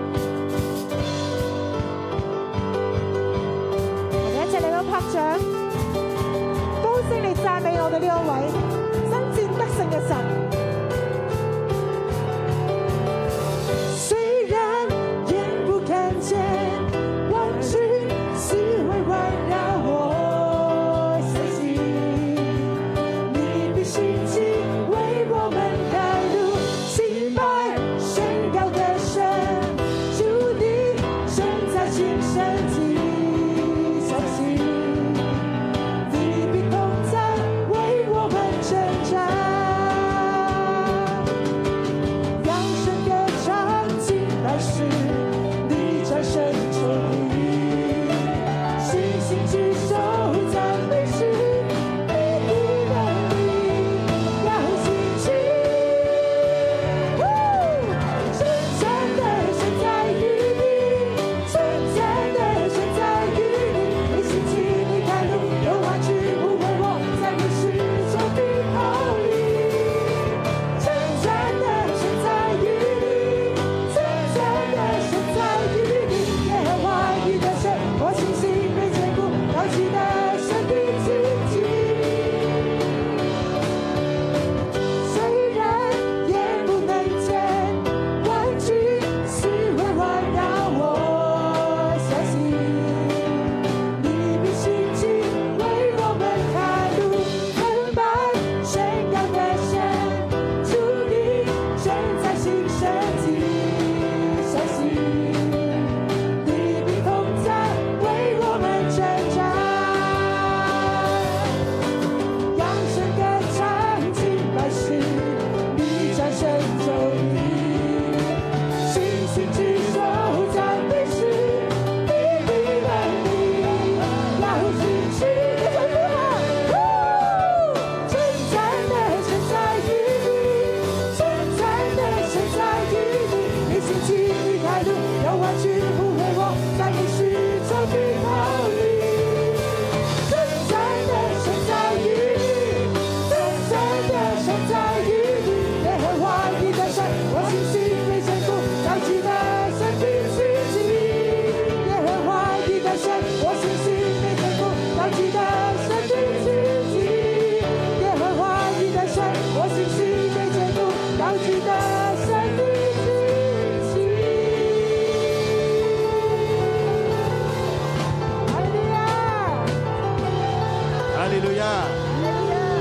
Speaker 9: 我哋一齊嚟到拍掌，高聲嚟讚美我哋呢一位爭戰得勝嘅神。雖然眼不看見，萬軍是會環繞我身心，你必興起為我們開路，敬拜宣告的神，主你正在今生今相信。你必同在，为我们征战。扬声歌唱，敬拜时，你战胜仇敌。信心举手，赞美时，你的能力要兴起。真正的神在于你，真正的神在于你，你心情你开路，有话去不为我，在你是仇敌后裔。真正的神在于你，真正的神在于你，耶和华你的神，我信心被坚固，高举的神的自己。虽然眼不能见，万军是会环绕我相信，你必兴起为我们开路，澎湃宣告的神，主你正在新生机，相信你必同在为我们征战。扬声歌唱，敬拜时，你掌声奏鸣，星星举手赞美时，你的能力要兴起。跟着呼喊，称赞的神在于你，称赞的神在于你，你兴起你开路，要弯曲不回我，在你是仇敌逃离。真正的神在于你，真正的神在于你，耶和华你的神，我信心被坚固，高举的神的自己。耶和华你的神，我信心被坚固，高举的神的自己。耶和华你的神，我信心被坚固，高举的神的自己。哈利路亚。
Speaker 8: 哈利路亞！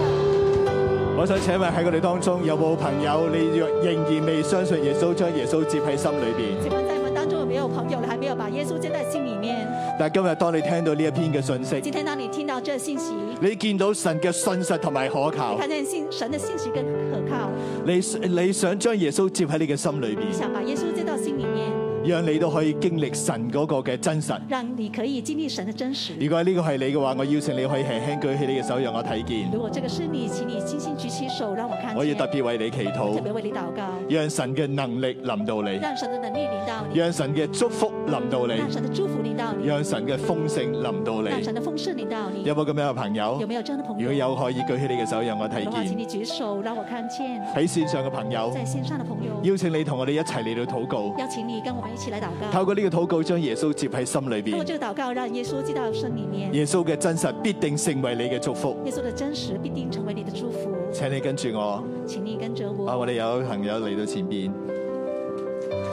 Speaker 8: 我想請問喺我哋當中有冇朋友，你若仍然未相信耶穌，將耶穌接喺心裏邊？
Speaker 3: 请问在你们当中有没有朋友还没有把耶稣接在心里面？
Speaker 8: 但今日當你聽到呢一篇嘅信息，
Speaker 3: 今天当你聽到这信息，
Speaker 8: 你見到神嘅信實同埋可靠，
Speaker 3: 看见信神的信息更可靠，
Speaker 8: 你你想將耶穌接喺你嘅心裏
Speaker 3: 你
Speaker 8: 邊，
Speaker 3: 想把耶稣接到心里面，
Speaker 8: 讓你都可以經歷神嗰個嘅真實。
Speaker 3: 让你可以经历神的真实。
Speaker 8: 如果呢個係你嘅話，我邀請你可以輕輕舉起你嘅手，讓我睇見。
Speaker 3: 如果这个是你，請你轻轻举起手，让我看
Speaker 8: 我要
Speaker 3: 见。
Speaker 8: 特別為你祈
Speaker 3: 特别
Speaker 8: 禱，
Speaker 3: 为你祷告，
Speaker 8: 讓神嘅能力臨到你，
Speaker 3: 让神的能力领导你，
Speaker 8: 讓神嘅祝福臨到
Speaker 3: 让
Speaker 8: 你，
Speaker 3: 神的祝福领导你，
Speaker 8: 讓神嘅豐盛臨到
Speaker 3: 让
Speaker 8: 你。
Speaker 3: 神的丰盛领导你。
Speaker 8: 有冇咁樣嘅朋友
Speaker 3: 有？没有这样的朋
Speaker 8: 如
Speaker 3: 友？
Speaker 8: 果有，可以舉起你嘅手，讓我睇
Speaker 3: 的话，请
Speaker 8: 見。
Speaker 3: 你举手，让我看见。
Speaker 8: 喺線上嘅朋友，
Speaker 3: 在线上的朋友，
Speaker 8: 邀請你同我哋一齊嚟到禱告，
Speaker 3: 邀请你跟我们一起来祷告。
Speaker 8: 透過呢個禱告將耶穌接喺心裏
Speaker 3: 通过
Speaker 8: 邊。
Speaker 3: 这个祷告，让耶稣进到生里面，
Speaker 8: 耶穌嘅真實必定成為你嘅祝福。
Speaker 3: 耶稣的真实必定成为你的祝福。
Speaker 8: 請你跟住我，
Speaker 3: 请你跟着
Speaker 8: 啊，
Speaker 3: 我，
Speaker 8: 我哋有朋友嚟到前邊，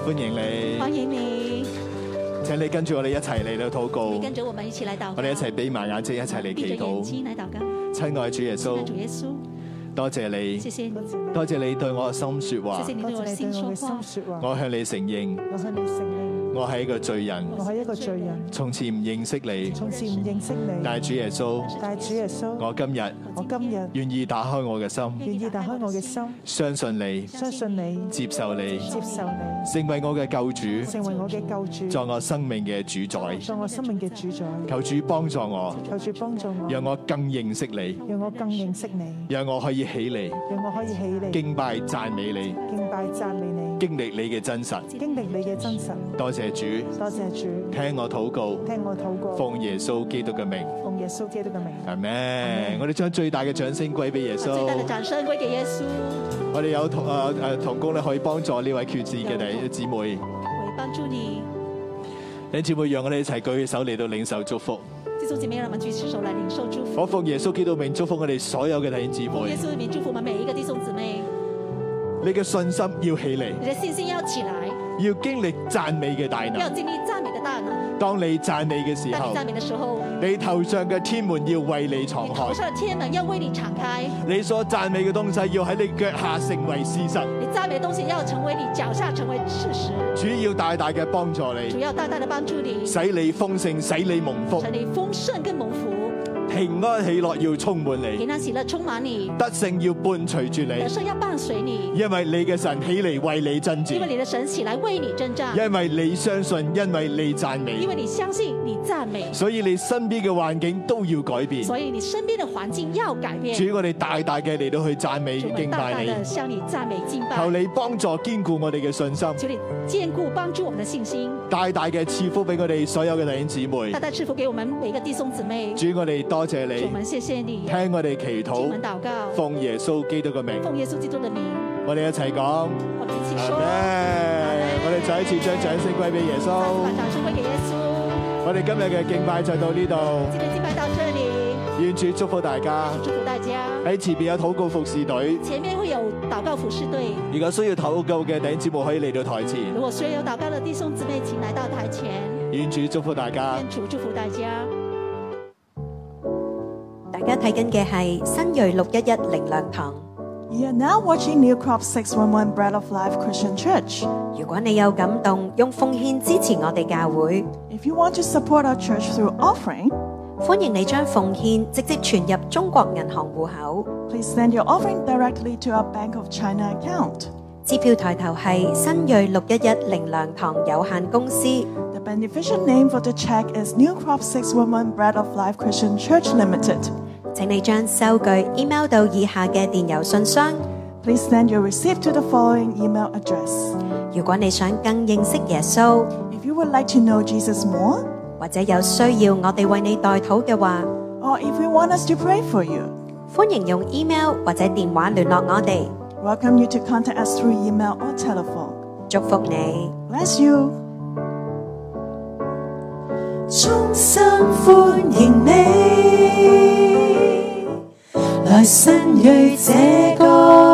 Speaker 8: 歡迎你。
Speaker 3: 欢迎你，
Speaker 8: 請你跟住我哋一齊嚟到禱告，
Speaker 3: 你跟着我们一起来祷告。
Speaker 8: 我哋一齊閉埋眼睛，一齊嚟
Speaker 3: 闭
Speaker 8: 祈
Speaker 3: 着眼
Speaker 8: 禱。
Speaker 3: 睛来祷告。
Speaker 8: 親愛主耶
Speaker 3: 亲爱
Speaker 8: 穌，
Speaker 3: 主耶稣，
Speaker 8: 多謝你
Speaker 3: 谢，谢你，
Speaker 8: 多謝你對我嘅心說
Speaker 3: 谢
Speaker 8: 話
Speaker 3: 谢。你对我的心说话。
Speaker 8: 我向你承認，我係一個罪人，從前唔認識你。但係主耶穌，我今日願意打開我嘅心，相信你，接受你，成為我嘅救主，作我生命嘅主宰。求主幫助我，讓我更認識你，讓我可以起嚟敬拜讚美你，經歷你嘅真實。多謝主，聽我禱告，奉耶穌基督嘅名，阿咩？我哋將最大嘅掌聲歸俾耶
Speaker 3: 把最大的
Speaker 8: 穌。
Speaker 3: 掌声归给耶稣，
Speaker 8: 我哋有同啊啊同工咧，可以幫助呢位決志嘅弟姊妹。
Speaker 3: 我帮助你。
Speaker 8: 弟兄姊妹，讓我哋一齊舉起手嚟到領受祝福。
Speaker 3: 弟兄姐妹，让我们举起手来领受祝福。
Speaker 8: 我奉耶穌基督名祝福我哋所有嘅弟兄姊
Speaker 3: 耶
Speaker 8: 妹。
Speaker 3: 稣的名祝福我们每一个弟兄姊妹，
Speaker 8: 你嘅信心要起嚟，
Speaker 3: 你的信心要起来，
Speaker 8: 要經歷讚美嘅大
Speaker 3: 要
Speaker 8: 能。
Speaker 3: 经历赞美的大能。
Speaker 8: 當你讚美嘅時
Speaker 3: 当你
Speaker 8: 候，
Speaker 3: 赞美的时候，
Speaker 8: 你頭上嘅天門要為你敞
Speaker 3: 你头
Speaker 8: 開。
Speaker 3: 上的天门要为你敞开，
Speaker 8: 你所讚美嘅東西要喺你腳下成為事實。
Speaker 3: 你赞美的东西要成为你脚下成为事实，
Speaker 8: 主要大大嘅幫助
Speaker 3: 主
Speaker 8: 你，
Speaker 3: 要大大的帮助你，使
Speaker 8: 使你豐盛，使你蒙福，
Speaker 3: 你丰盛跟蒙福，
Speaker 8: 平安喜樂要充滿
Speaker 3: 平
Speaker 8: 你，
Speaker 3: 安喜乐充满你，
Speaker 8: 得勝要伴隨住
Speaker 3: 得
Speaker 8: 你，
Speaker 3: 胜要伴随你，
Speaker 8: 因為你嘅神起嚟為你爭
Speaker 3: 因为
Speaker 8: 戰，
Speaker 3: 你的神起来为你征战，
Speaker 8: 因為你相信，因為你讚
Speaker 3: 因
Speaker 8: 美，
Speaker 3: 为你相信你赞美，
Speaker 8: 所以你身邊嘅環境都要改變。
Speaker 3: 所以你身边的环境要改变。
Speaker 8: 主，我哋大大嘅嚟到去讚美
Speaker 3: 主，我们
Speaker 8: 敬
Speaker 3: 大大
Speaker 8: 拜你
Speaker 3: 的，向你赞美敬拜
Speaker 8: 求，你幫助堅固我哋嘅信心，
Speaker 3: 求你坚固帮助我们的信心，
Speaker 8: 大大嘅賜福俾我哋所有嘅弟兄姊妹
Speaker 3: 大。大赐福给我们每个弟兄姊妹。
Speaker 8: 主，我哋多謝
Speaker 3: 主，我
Speaker 8: 你，
Speaker 3: 们谢谢你，
Speaker 8: 聽我哋祈
Speaker 3: 主我们
Speaker 8: 禱，
Speaker 3: 祷告，
Speaker 8: 奉耶穌基督嘅名，
Speaker 3: 奉耶稣基督的名，
Speaker 8: 我哋一齊講。
Speaker 3: 我们一起
Speaker 8: 阿
Speaker 3: 说，
Speaker 8: 們我哋再一次將掌聲歸俾耶穌。
Speaker 3: 把掌声归给耶稣。
Speaker 8: 我哋今日嘅敬拜就到呢
Speaker 3: 今
Speaker 8: 度，
Speaker 3: 天敬拜到这里，
Speaker 8: 願主祝福大家。
Speaker 3: 祝福大家。
Speaker 8: 喺前面有禱告服侍隊，
Speaker 3: 前面会有祷告服侍队，
Speaker 8: 如果需要禱告嘅弟兄姊妹可以嚟到台前。
Speaker 3: 如果需要有祷告的弟兄姊妹，请来到台前。
Speaker 8: 願主祝福大家。
Speaker 3: 愿主祝福大家。
Speaker 7: 大家睇緊嘅係新锐六一一靈糧堂。
Speaker 10: You're now watching New Crop 611 Bread of Life Christian Church.
Speaker 7: 如果你有感動，用奉獻支持我哋教會，
Speaker 10: If you want to support our church through offering,
Speaker 7: 歡迎你將奉獻直接存入中國銀行户口。
Speaker 10: please send your offering directly to our Bank of China account.
Speaker 7: 支票抬頭係新锐六一一靈糧堂有限公司。
Speaker 10: The beneficial name for the check is New Crop 611 Bread of Life Christian Church Limited.
Speaker 7: 請你將收據 email 到以下嘅電郵信箱。
Speaker 10: Please send your receipt to the following email address.
Speaker 7: 如果你想更認識耶穌，
Speaker 10: If you would like to know Jesus more,
Speaker 7: 或者有需要我哋為你代禱嘅話，
Speaker 10: or if you want us to pray for you,
Speaker 7: 歡迎用 email 或者電話聯絡我哋。
Speaker 10: welcome you to contact us through email or telephone.
Speaker 7: 祝福你。
Speaker 10: Bless you.
Speaker 9: 衷心歡迎你，來新锐這個